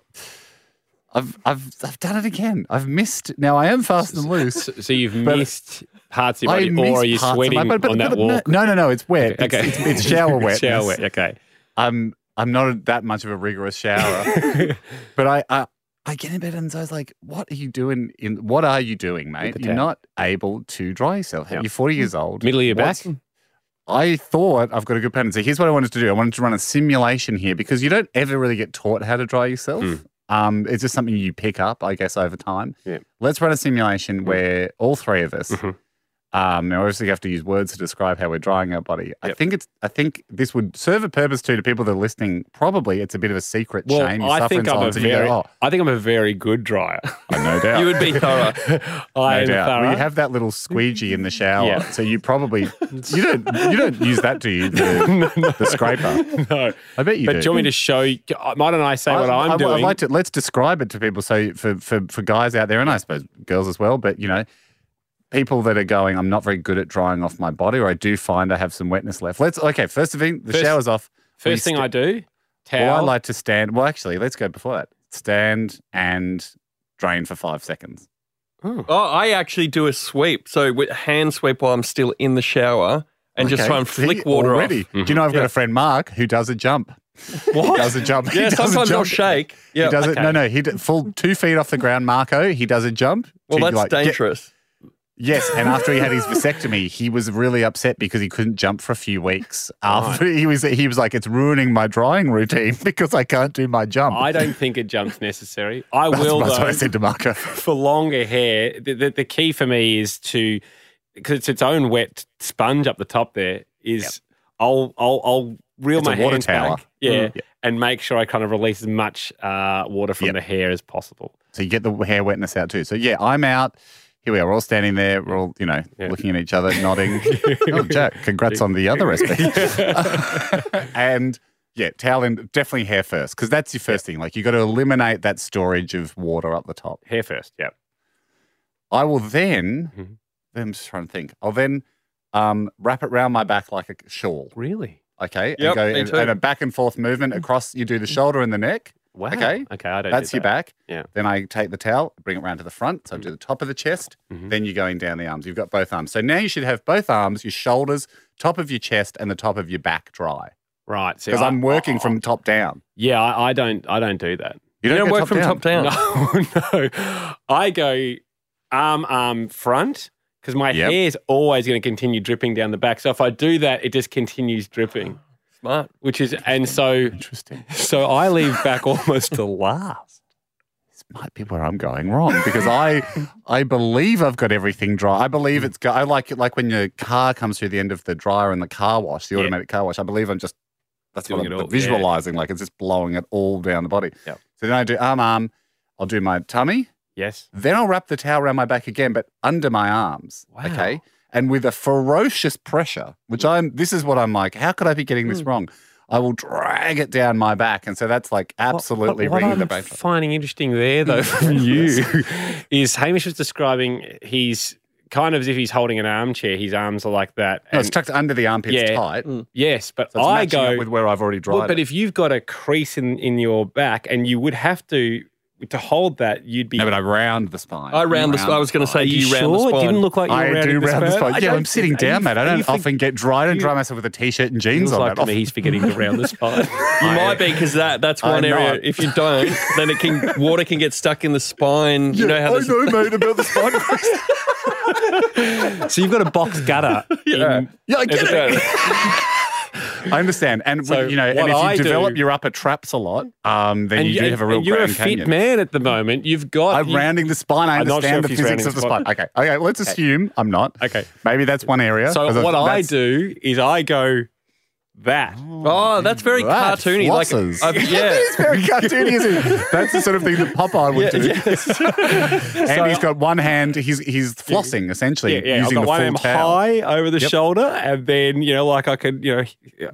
Speaker 4: I've, I've, I've done it again. I've missed. Now I am fast and loose.
Speaker 3: so, so you've
Speaker 4: But-
Speaker 3: missed parts of your
Speaker 4: I
Speaker 3: body, or
Speaker 4: missed
Speaker 3: are you
Speaker 4: parts of my
Speaker 3: sweating
Speaker 4: body, but-
Speaker 3: on
Speaker 4: but-
Speaker 3: that
Speaker 4: but no-
Speaker 3: walk?
Speaker 4: No, no, no. It's wet.
Speaker 3: Okay.
Speaker 4: It's, it's, it's shower wet.
Speaker 3: shower wet. Okay.
Speaker 4: I'm, I'm not that much of a rigorous shower, but I, I, I get in bed and I was like, what are you doing? In What are you doing, mate?
Speaker 3: the
Speaker 4: You're
Speaker 3: towel.
Speaker 4: not able to dry yourself.
Speaker 3: Yeah. Mm-hmm.
Speaker 4: You're 40 years old.
Speaker 3: Middle of your back.
Speaker 4: What's- I thought I've got a good pattern. So here's what I wanted to do. I wanted to run a simulation here because you don't ever really get taught how to dry yourself.
Speaker 3: Hmm.
Speaker 4: Um, it's just something you pick up, I guess, over time.
Speaker 3: Yeah. Hmm.
Speaker 4: Let's run a simulation where all three of us.
Speaker 3: Mhm.
Speaker 4: Um, now, obviously, you have to use words to describe how we're drying our body. I
Speaker 3: Yep.
Speaker 4: think it's. I think this would serve a purpose too to people that are listening. Probably, it's a bit of a secret
Speaker 3: Well,
Speaker 4: shame. You
Speaker 3: I
Speaker 4: suffer
Speaker 3: think
Speaker 4: in
Speaker 3: I'm a
Speaker 4: silence and you go,
Speaker 3: very,
Speaker 4: "Oh,
Speaker 3: I think I'm a very good dryer.
Speaker 4: I no doubt.
Speaker 3: you would be thorough. I
Speaker 4: no
Speaker 3: am
Speaker 4: doubt.
Speaker 3: thorough.
Speaker 4: Well, you have that little squeegee in the shower,
Speaker 3: Yeah.
Speaker 4: so you probably you don't you don't use that, do you? The, the scraper.
Speaker 3: no,
Speaker 4: I bet you
Speaker 3: but
Speaker 4: do.
Speaker 3: do you want me to show? You, might not I say what I'm
Speaker 4: I,
Speaker 3: doing?
Speaker 4: would like to let's describe it to people. So for, for for guys out there, and I suppose girls as well, but you know, people that are going, I'm not very good at drying off my body, or I do find I have some wetness left. Let's okay. First of all, the
Speaker 3: First-
Speaker 4: shower's off.
Speaker 3: First thing I do, towel.
Speaker 4: Well, I like to stand. Well, actually, let's go before that. Stand and drain for five seconds.
Speaker 5: Oh, I actually do a sweep. So with hand sweep while I'm still in the shower and just
Speaker 4: Okay.
Speaker 5: try and
Speaker 4: See,
Speaker 5: flick water
Speaker 4: already.
Speaker 5: off.
Speaker 4: Do you know I've got
Speaker 5: Yeah.
Speaker 4: a friend, Mark, who does a jump. What? He does a jump.
Speaker 5: Yeah,
Speaker 4: he does
Speaker 5: sometimes
Speaker 4: a
Speaker 5: I'll
Speaker 4: jump.
Speaker 5: shake. Yeah,
Speaker 4: he does it.
Speaker 5: okay.
Speaker 4: No, no, he d- full two feet off the ground, Marco. He does a jump.
Speaker 5: Well,
Speaker 4: to,
Speaker 5: that's
Speaker 4: like, get-
Speaker 5: dangerous.
Speaker 4: Yes, and after he had his vasectomy, he was really upset because he couldn't jump for a few weeks. After he was, he was like, "It's ruining my drawing routine because I can't do my jump."
Speaker 3: I don't think a jump's necessary. I
Speaker 4: That's-
Speaker 3: will,
Speaker 4: That's
Speaker 3: though,
Speaker 4: what I said to Marco.
Speaker 3: for longer hair. The, the, the key for me is to, because it's its own wet sponge up the top there, is I'll, I'll, I'll reel
Speaker 4: It's a
Speaker 3: my
Speaker 4: water
Speaker 3: hands
Speaker 4: tower.
Speaker 3: back. Yeah.
Speaker 4: Mm.
Speaker 3: And make sure I kind of release as much uh, water from the hair as possible.
Speaker 4: So you get the hair wetness out too. So yeah, I'm out. Here we are, we're all standing there. We're all, you know, looking at each other, nodding. oh, Jack, congrats on the other aspect. and yeah, towel and definitely hair first because that's your first thing. Like you got to eliminate that storage of water up the top.
Speaker 3: Hair first. Yep.
Speaker 4: I will then. I'm just trying to think. I'll then um, wrap it round my back like a shawl.
Speaker 3: Really?
Speaker 4: Okay.
Speaker 5: Yep,
Speaker 4: and go
Speaker 5: me
Speaker 4: and,
Speaker 5: too.
Speaker 4: and a back and forth movement across. You do the shoulder and the neck.
Speaker 3: Wow.
Speaker 4: Okay.
Speaker 3: Okay. I don't
Speaker 4: That's
Speaker 3: do
Speaker 4: your
Speaker 3: that.
Speaker 4: back.
Speaker 3: Yeah.
Speaker 4: Then I take the towel, bring it round to the front. So I do the top of the chest. Then you're going down the arms. You've got both arms. So now you should have both arms, your shoulders, top of your chest, and the top of your back dry.
Speaker 3: Right. see,
Speaker 4: Because
Speaker 3: I-
Speaker 4: I'm working from top down.
Speaker 3: Yeah, I, I don't. I don't do that.
Speaker 4: You don't You don't go work top from down? top down?
Speaker 3: No, no. I go arm arm front because my
Speaker 4: Yep.
Speaker 3: hair is always going to continue dripping down the back. So if I do that, it just continues dripping.
Speaker 5: Smart.
Speaker 3: Which is and so
Speaker 4: interesting.
Speaker 3: So I leave back almost to last.
Speaker 4: might be where I'm going wrong because I I believe I've got everything dry. I believe
Speaker 3: Mm.
Speaker 4: it's go- I like it like when your car comes through the end of the dryer in the car wash, the
Speaker 3: Yeah.
Speaker 4: automatic car wash. I believe I'm just that's
Speaker 3: Doing
Speaker 4: what
Speaker 3: it
Speaker 4: I'm
Speaker 3: all, yeah.
Speaker 4: visualizing like it's just blowing it all down the body.
Speaker 3: Yep.
Speaker 4: So then I do arm arm, I'll do my tummy,
Speaker 3: Yes.
Speaker 4: then I'll wrap the towel around my back again but under my arms. Okay? And with a ferocious pressure, which I'm this is what I'm like, how could I be getting this
Speaker 3: Hmm.
Speaker 4: wrong? I will drag it down my back and so that's like absolutely
Speaker 3: what, what
Speaker 4: ringing
Speaker 3: I'm
Speaker 4: the bell.
Speaker 3: Finding interesting there though from you is Hamish was describing he's kind of as if he's holding an armchair. His arms are like that.
Speaker 4: No, it's tucked under the armpits
Speaker 3: Yeah.
Speaker 4: tight.
Speaker 3: Yes, but
Speaker 4: So it's
Speaker 3: I
Speaker 4: matching
Speaker 3: go
Speaker 4: up with where I've already dried
Speaker 3: Well, but
Speaker 4: it.
Speaker 3: if you've got a crease in, in your back, and you would have to to hold that, you'd be.
Speaker 4: No, but I round the spine.
Speaker 5: I round the. I was going to say
Speaker 3: Are
Speaker 5: you,
Speaker 3: you
Speaker 5: round the
Speaker 3: sure? It
Speaker 5: spine.
Speaker 3: didn't look like you were
Speaker 4: I do
Speaker 3: rounding the
Speaker 4: round the
Speaker 3: spine.
Speaker 4: spine.
Speaker 3: I
Speaker 4: Yeah,
Speaker 3: don't
Speaker 4: I'm sitting
Speaker 3: think- are
Speaker 4: down,
Speaker 3: you-
Speaker 4: mate. I
Speaker 3: are
Speaker 4: don't
Speaker 3: you think-
Speaker 4: often get dry. I don't
Speaker 3: you-
Speaker 4: dry myself with a t-shirt and jeans
Speaker 3: Feels
Speaker 4: on. Oh.
Speaker 3: like
Speaker 4: that
Speaker 3: to me
Speaker 4: often.
Speaker 3: he's forgetting to round the spine.
Speaker 5: You might be because that that's
Speaker 4: I
Speaker 5: one
Speaker 4: know
Speaker 5: area.
Speaker 4: it.
Speaker 5: If you don't, then it can water can get stuck in the spine. you know how
Speaker 4: I
Speaker 5: this.
Speaker 4: know, mate, about the spine.
Speaker 3: so you've got a box gutter.
Speaker 5: Yeah.
Speaker 3: in-
Speaker 4: yeah, I get
Speaker 3: as
Speaker 4: it.
Speaker 3: a-
Speaker 4: I understand. And
Speaker 3: So
Speaker 4: you know,
Speaker 3: what
Speaker 4: and if you
Speaker 3: I do-
Speaker 4: develop your upper traps a lot, um, then
Speaker 3: and
Speaker 4: you, do
Speaker 3: you-
Speaker 4: have a real
Speaker 3: and you're a
Speaker 4: Grand
Speaker 3: fit
Speaker 4: Canyon.
Speaker 3: man at the moment. You've got.
Speaker 4: I'm
Speaker 3: you-
Speaker 4: rounding the spine. I
Speaker 3: I'm not sure
Speaker 4: understand
Speaker 3: if
Speaker 4: the
Speaker 3: he's
Speaker 4: physics
Speaker 3: rounding
Speaker 4: of the
Speaker 3: the spine.
Speaker 4: spine. Okay, okay. Let's assume I'm not.
Speaker 3: Okay.
Speaker 4: Maybe that's one area.
Speaker 3: So
Speaker 4: 'cause of-
Speaker 3: what I
Speaker 4: that's-
Speaker 3: do is I go that.
Speaker 5: Oh, that's very
Speaker 4: That
Speaker 5: cartoony. Like,
Speaker 4: flosses.
Speaker 5: I've- yeah,
Speaker 4: That is very cartoony, isn't it? That's the sort of thing that Popeye would do. and he's got one hand. He's he's flossing essentially
Speaker 3: Yeah, yeah. I've
Speaker 4: using
Speaker 3: got
Speaker 4: the
Speaker 3: one
Speaker 4: full
Speaker 3: arm
Speaker 4: towel.
Speaker 3: high over the
Speaker 4: Yep.
Speaker 3: shoulder, and then you know, like I could, you know,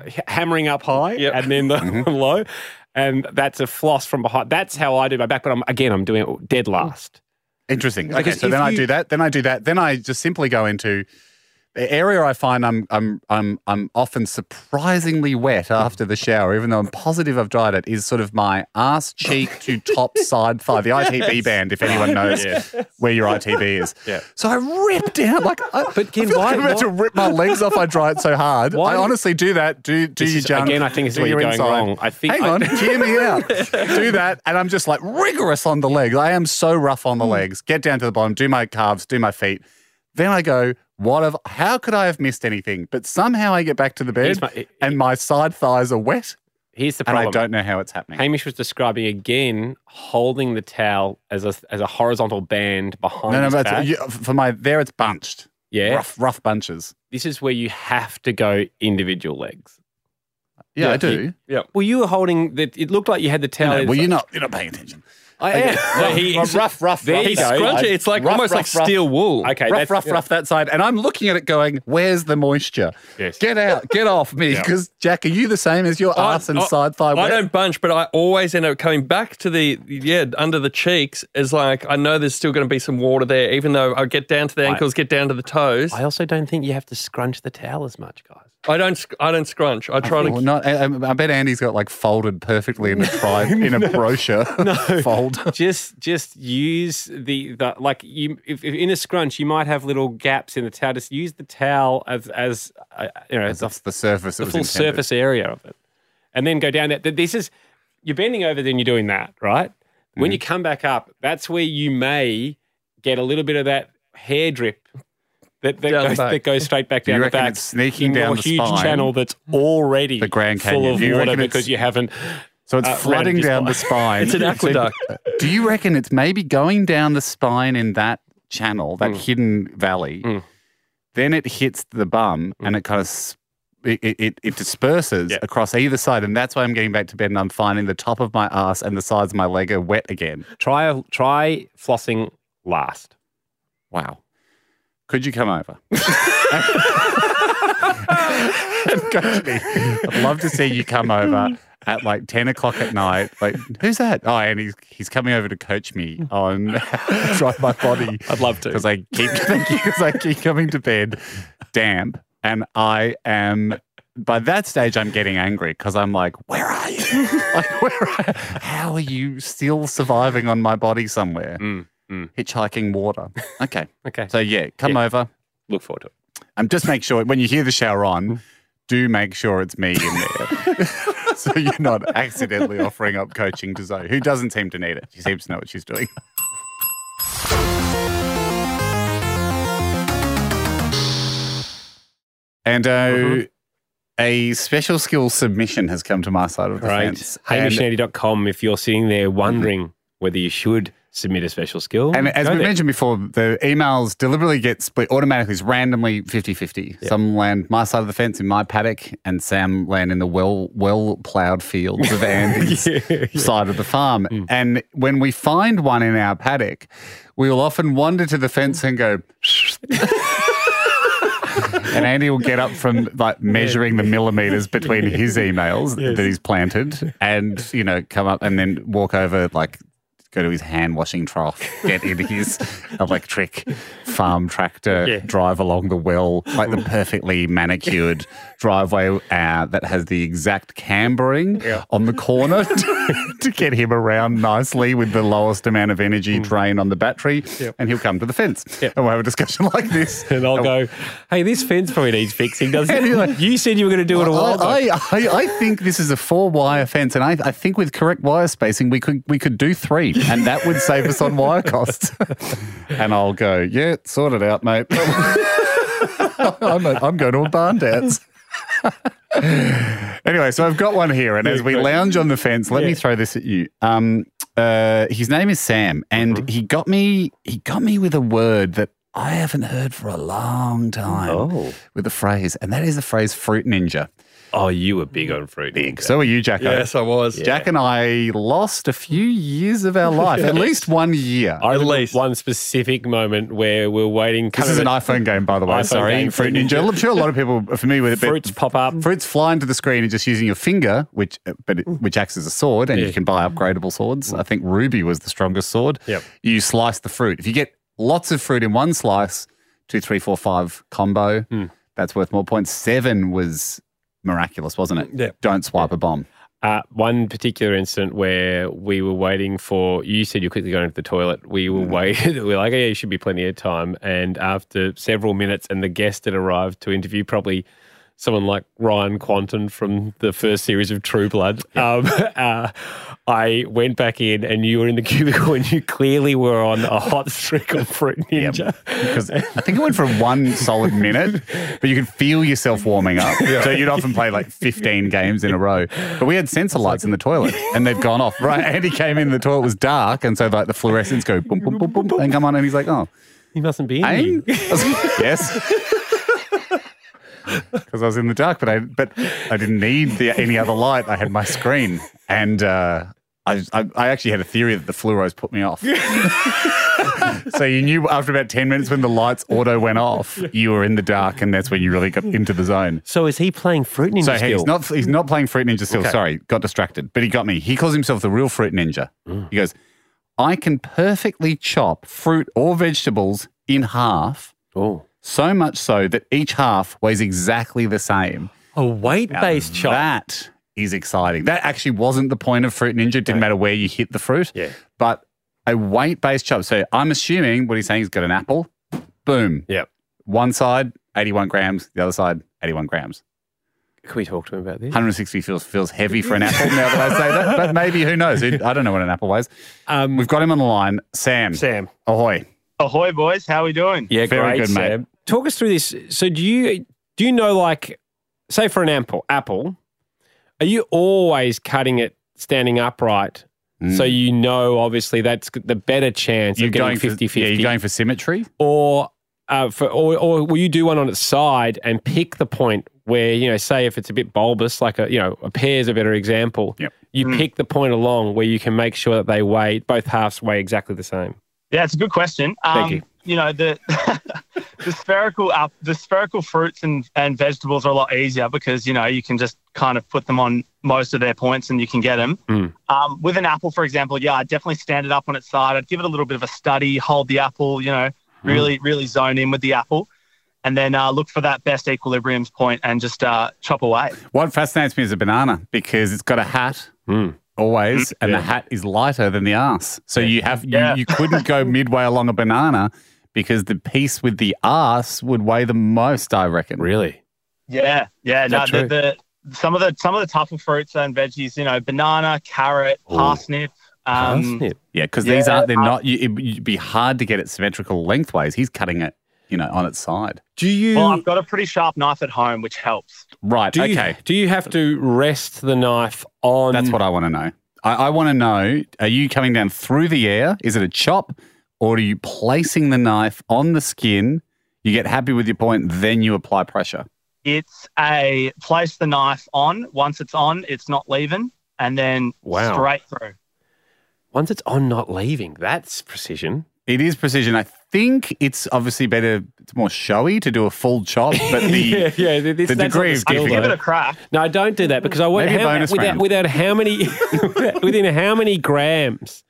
Speaker 3: h- hammering up high, and then the
Speaker 4: Mm-hmm.
Speaker 3: low, and that's a floss from behind. That's how I do my back. But I'm again, I'm doing it
Speaker 4: Mm.
Speaker 3: dead last.
Speaker 4: Interesting. Okay,
Speaker 3: Because
Speaker 4: so
Speaker 3: if
Speaker 4: then I
Speaker 3: you-
Speaker 4: do that. Then I do that. Then I just simply go into the area I find I'm I'm I'm I'm often surprisingly wet after the shower, even though I'm positive I've dried it. Is sort of my ass cheek to top side thigh, the ITB band, if anyone knows where your ITB is.
Speaker 3: Yeah.
Speaker 4: So I ripped out like I,
Speaker 3: But
Speaker 4: I
Speaker 3: again,
Speaker 4: feel like
Speaker 3: why-
Speaker 4: I'm about to
Speaker 3: why-
Speaker 4: rip my legs off. I dry it so hard.
Speaker 3: Why-
Speaker 4: I honestly do that. Do do
Speaker 3: This
Speaker 4: your
Speaker 3: is-
Speaker 4: junk
Speaker 3: again, I think this is
Speaker 4: do
Speaker 3: where
Speaker 4: your
Speaker 3: you're going
Speaker 4: inside.
Speaker 3: wrong. I think
Speaker 4: Hang
Speaker 3: I-
Speaker 4: on, hear me out. Do that, and I'm just like rigorous on the legs. I am so rough on the
Speaker 3: Hmm.
Speaker 4: legs. Get down to the bottom. Do my calves. Do my feet. Then I go. What have? How could I have missed anything? But somehow I get back to the bed,
Speaker 3: Here's my-
Speaker 4: and my side thighs are wet,
Speaker 3: Here's the
Speaker 4: and
Speaker 3: problem.
Speaker 4: I don't know how it's happening.
Speaker 3: Hamish was describing again holding the towel as a as a horizontal band behind.
Speaker 4: no, no,
Speaker 3: his
Speaker 4: that's,
Speaker 3: back.
Speaker 4: you, for my there it's bunched.
Speaker 3: yeah.
Speaker 4: Rough, rough bunches.
Speaker 3: This is where you have to go individual legs.
Speaker 4: Yeah,
Speaker 5: Yeah,
Speaker 4: I do.
Speaker 5: he- Yeah.
Speaker 3: Well, you were holding that. It looked like you had the towel.
Speaker 4: No,
Speaker 3: in-
Speaker 4: well, you're not. You're not paying attention.
Speaker 3: I am. No, he-
Speaker 4: rough, rough, rough.
Speaker 3: There you
Speaker 5: He's
Speaker 3: go.
Speaker 5: scrunchy. It's like
Speaker 4: Rough,
Speaker 5: almost
Speaker 4: rough,
Speaker 5: like
Speaker 4: rough.
Speaker 5: steel wool.
Speaker 3: Okay,
Speaker 4: rough,
Speaker 3: that's
Speaker 4: rough, rough that side. And I'm looking at it going, where's the moisture?
Speaker 3: Yes.
Speaker 4: Get out, get off me.
Speaker 3: Yeah.
Speaker 4: Because, Jack, are you the same as your
Speaker 5: I-
Speaker 4: ass and
Speaker 5: I-
Speaker 4: side thigh?
Speaker 5: I
Speaker 4: wet?
Speaker 5: don't bunch, but I always end up coming back to the yeah under the cheeks. Is like I know there's still going to be some water there, even though I get down to the ankles, get down to the toes.
Speaker 3: I also don't think you have to scrunch the towel as much, guys.
Speaker 5: I don't. sc- I don't scrunch. I try to.
Speaker 4: Well, not, I, I bet Andy's got like folded perfectly in a tri- in a brochure fold.
Speaker 3: just just use the, the like you if, if in a scrunch you might have little gaps in the towel. Just use the towel as as uh, you know the,
Speaker 4: the surface.
Speaker 3: the
Speaker 4: it was
Speaker 3: full
Speaker 4: intended.
Speaker 3: surface area of it, and then go down that. th- This is you're bending over, then you're doing that right. When
Speaker 4: Mm-hmm.
Speaker 3: you come back up, that's where you may get a little bit of that hair drip. That, that,
Speaker 4: Down the
Speaker 3: goes,
Speaker 4: back.
Speaker 3: that goes straight back
Speaker 4: Do you
Speaker 3: down the
Speaker 4: reckon
Speaker 3: back,
Speaker 4: it's sneaking
Speaker 3: into
Speaker 4: down
Speaker 3: a
Speaker 4: the
Speaker 3: huge
Speaker 4: spine?
Speaker 3: channel that's already
Speaker 4: The Grand
Speaker 3: full
Speaker 4: Canyon.
Speaker 3: of
Speaker 4: Do you
Speaker 3: water
Speaker 4: reckon it's-
Speaker 3: because you haven't.
Speaker 4: So it's
Speaker 3: uh,
Speaker 4: flooding
Speaker 3: rounded your
Speaker 4: down the
Speaker 3: spine.
Speaker 4: spine.
Speaker 3: It's an
Speaker 4: So
Speaker 3: aqueduct.
Speaker 4: Do you reckon it's maybe going down the spine in that channel, that hidden valley? Then it hits the bum and it kind of s- it, it- it, it disperses across either side, and that's why I'm getting back to bed and I'm finding the top of my ass and the sides of my leg are wet again.
Speaker 3: Try a, try flossing last.
Speaker 4: Wow, could you come over? Got me. I'd love to see you come over at like 10 o'clock at night. Like, who's that? Oh, and he's, he's coming over to coach me on Drive My Body. I'd love to. Because I, keep- thank you, 'cause I keep coming to bed damp. And I am, by that stage, I'm getting angry because I'm like, where are you? like, where are, how are you still surviving on my body somewhere? mm. Hitchhiking water. Okay.
Speaker 3: okay.
Speaker 4: So, yeah, come over.
Speaker 3: Look forward to it.
Speaker 4: Um, just make sure when you hear the shower on, do make sure it's me in there. so you're not accidentally offering up coaching to Zoe, who doesn't seem to need it. She seems to know what she's doing. And uh, a special skill submission has come to my side of the
Speaker 3: Right.
Speaker 4: fence. And-
Speaker 3: HamishNandy.com if you're sitting there wondering whether you should submit a special skill.
Speaker 4: And as
Speaker 3: go
Speaker 4: we
Speaker 3: there.
Speaker 4: mentioned before, the emails deliberately get split automatically, it's randomly 50 50. Some land my side of the fence in my paddock, and Sam land in the well well plowed fields of Andy's side of the farm. And when we find one in our paddock, we will often wander to the fence and go, and Andy will get up from like measuring the millimeters between his emails that he's planted and, you know, come up and then walk over, like, go to his hand washing trough, get in his electric farm tractor,
Speaker 3: Yeah.
Speaker 4: drive along the well, like the perfectly manicured driveway uh, that has the exact cambering on the corner to, to get him around nicely with the lowest amount of energy
Speaker 3: Hmm.
Speaker 4: drain on the battery. And he'll come to the fence. And we'll have a discussion like this.
Speaker 3: and I'll go, hey, this fence probably needs fixing, doesn't it? you said you were going to do it a while ago.
Speaker 4: I, I, I, I think this is a four wire fence, and I, I think with correct wire spacing, we could we could do three, and that would save us on wire costs. and I'll go, yeah, sort it out, mate. I'm, a, I'm going to a barn dance. anyway, so I've got one here, and as we lounge on the fence, let me throw this at you. Um, uh, his name is Sam, and he got me he got me with a word that I haven't heard for a long time. Oh. with a phrase, and that is the phrase "fruit ninja."
Speaker 3: Oh, you were big on fruit. Big.
Speaker 4: So were you, Jacko?
Speaker 5: Yes, I was.
Speaker 4: Jack and I lost a few years of our life, at least one year.
Speaker 3: I remember one specific moment where we're waiting.
Speaker 4: This is an iPhone game, by the way.
Speaker 3: iPhone
Speaker 4: Sorry,
Speaker 3: game,
Speaker 4: Fruit Ninja. I'm sure a lot of people are familiar with it. but
Speaker 3: Fruits pop up.
Speaker 4: Fruits flying to the screen and just using your finger, which uh, but it,
Speaker 3: Mm.
Speaker 4: which acts as a sword, and you can buy upgradable swords. I think Ruby was the strongest sword.
Speaker 3: Yep.
Speaker 4: You slice the fruit. If you get lots of fruit in one slice, two, three, four, five combo,
Speaker 3: Hmm.
Speaker 4: that's worth more points. Seven was miraculous, wasn't it?
Speaker 5: Yep.
Speaker 4: Don't swipe a bomb.
Speaker 3: Uh, one particular incident where we were waiting for you said you're quickly going to the toilet. We
Speaker 4: Mm.
Speaker 3: were waiting. We were like, oh, yeah, you should be plenty of time. And after several minutes, and the guest had arrived to interview probably someone like Ryan Quanton from the first series of True Blood. Um, uh, I went back in, and you were in the cubicle, and you clearly were on a hot streak of fruit ninja.
Speaker 4: because I think it went for one solid minute, but you could feel yourself warming up. So you'd often play like 15 games in a row. But we had sensor lights in the toilet and they've gone off. Right. Andy came in, the toilet was dark. And so like the fluorescents go boom, boom, boom, boom, boom, and come on. And he's like, oh,
Speaker 3: He mustn't be in here.
Speaker 4: aim? I was like, yes. Because I was in the dark, but I but I didn't need the, any other light. I had my screen, and uh, I, I I actually had a theory that the fluoros put me off. so you knew after about ten minutes when the lights auto went off, you were in the dark, and that's when you really got into the zone.
Speaker 3: So is he playing fruit ninja
Speaker 4: So
Speaker 3: still?
Speaker 4: he's not he's not playing Fruit Ninja still.
Speaker 3: Okay.
Speaker 4: Sorry, got distracted. But he got me. He calls himself the real Fruit Ninja. He goes, I can perfectly chop fruit or vegetables in half
Speaker 3: oh,
Speaker 4: So much so that each half weighs exactly the same.
Speaker 3: A weight based
Speaker 4: shot. That is exciting. That actually wasn't the point of Fruit Ninja. It didn't matter where you hit the fruit.
Speaker 3: Yeah.
Speaker 4: But a weight based chop. So I'm assuming what he's saying, he's got an apple. Boom.
Speaker 3: Yep.
Speaker 4: One side, 81 grams. The other side, 81 grams.
Speaker 3: Can we talk to him about this?
Speaker 4: 160 feels feels heavy for an apple now that I say that, but maybe who knows? Who- I don't know what an apple weighs. We've got him on the line. Sam.
Speaker 3: Um, Sam.
Speaker 4: Ahoy.
Speaker 6: Ahoy, boys. How we doing?
Speaker 3: Yeah,
Speaker 4: Very
Speaker 3: great,
Speaker 4: good, mate.
Speaker 3: Sam. Talk us through this. So, do you do you know like, say for an apple, apple, are you always cutting it standing upright? So you know, obviously, that's g- the better chance
Speaker 4: Mm. You're
Speaker 3: of getting
Speaker 4: going for-
Speaker 3: 50
Speaker 4: yeah,
Speaker 3: 50.
Speaker 4: you're going for symmetry?
Speaker 3: Or, uh, for, or, or will you do one on its side and pick the point where, you know, say if it's a bit bulbous, like a, you know, a pear's a better example, you
Speaker 4: Mm.
Speaker 3: pick the point along where you can make sure that they weigh, both halves weigh exactly the same.
Speaker 6: Yeah, it's a good question. Um,
Speaker 3: Thank you.
Speaker 6: know the the spherical up the spherical fruits and, and vegetables are a lot easier because you know you can just kind of put them on most of their points and you can get them. Um, with an apple, for example, yeah, I'd definitely stand it up on its side. I'd give it a little bit of a study, hold the apple, you know, really really zone in with the apple, and then uh, look for that best equilibrium point and just uh, chop away.
Speaker 4: What fascinates me is a banana because it's got a hat always, and the hat is lighter than the ass. So you have you, you couldn't go midway along a banana because the piece with the ass would weigh the most, I reckon.
Speaker 3: Really?
Speaker 6: Yeah, yeah.
Speaker 4: Is
Speaker 6: No,
Speaker 4: that
Speaker 6: the,
Speaker 4: true?
Speaker 6: the some of the some of the tougher fruits and veggies, you know, banana, carrot, parsnip. Um,
Speaker 4: yeah, because these
Speaker 6: yeah,
Speaker 4: aren't. They're
Speaker 6: um,
Speaker 4: not. You, it, would be hard to get it symmetrical lengthways. He's cutting it, you know, on its side.
Speaker 3: Do you?
Speaker 6: Well, I've got a pretty sharp knife at home, which helps.
Speaker 4: Right.
Speaker 3: Do you-
Speaker 4: okay.
Speaker 3: do you have to rest the knife on?
Speaker 4: That's what I want to know. I, I want to know: Are you coming down through the air? Is it a chop, or are you placing the knife on the skin? You get happy with your point, then you apply pressure.
Speaker 6: It's a place the knife on. Once it's on, it's not leaving, and then
Speaker 3: Wow.
Speaker 6: straight through.
Speaker 3: Once it's on, not leaving. That's precision.
Speaker 4: It is precision. I think it's obviously better, it's more showy to do a full chop, but the
Speaker 3: yeah, yeah, th- this-
Speaker 4: the
Speaker 3: that's not
Speaker 4: degree of
Speaker 3: skill,
Speaker 4: giving
Speaker 3: though.
Speaker 4: it.
Speaker 6: crack.
Speaker 3: No, don't do that because I want
Speaker 4: Maybe a
Speaker 3: how,
Speaker 4: bonus
Speaker 3: without,
Speaker 4: round.
Speaker 3: without how many within how many grams?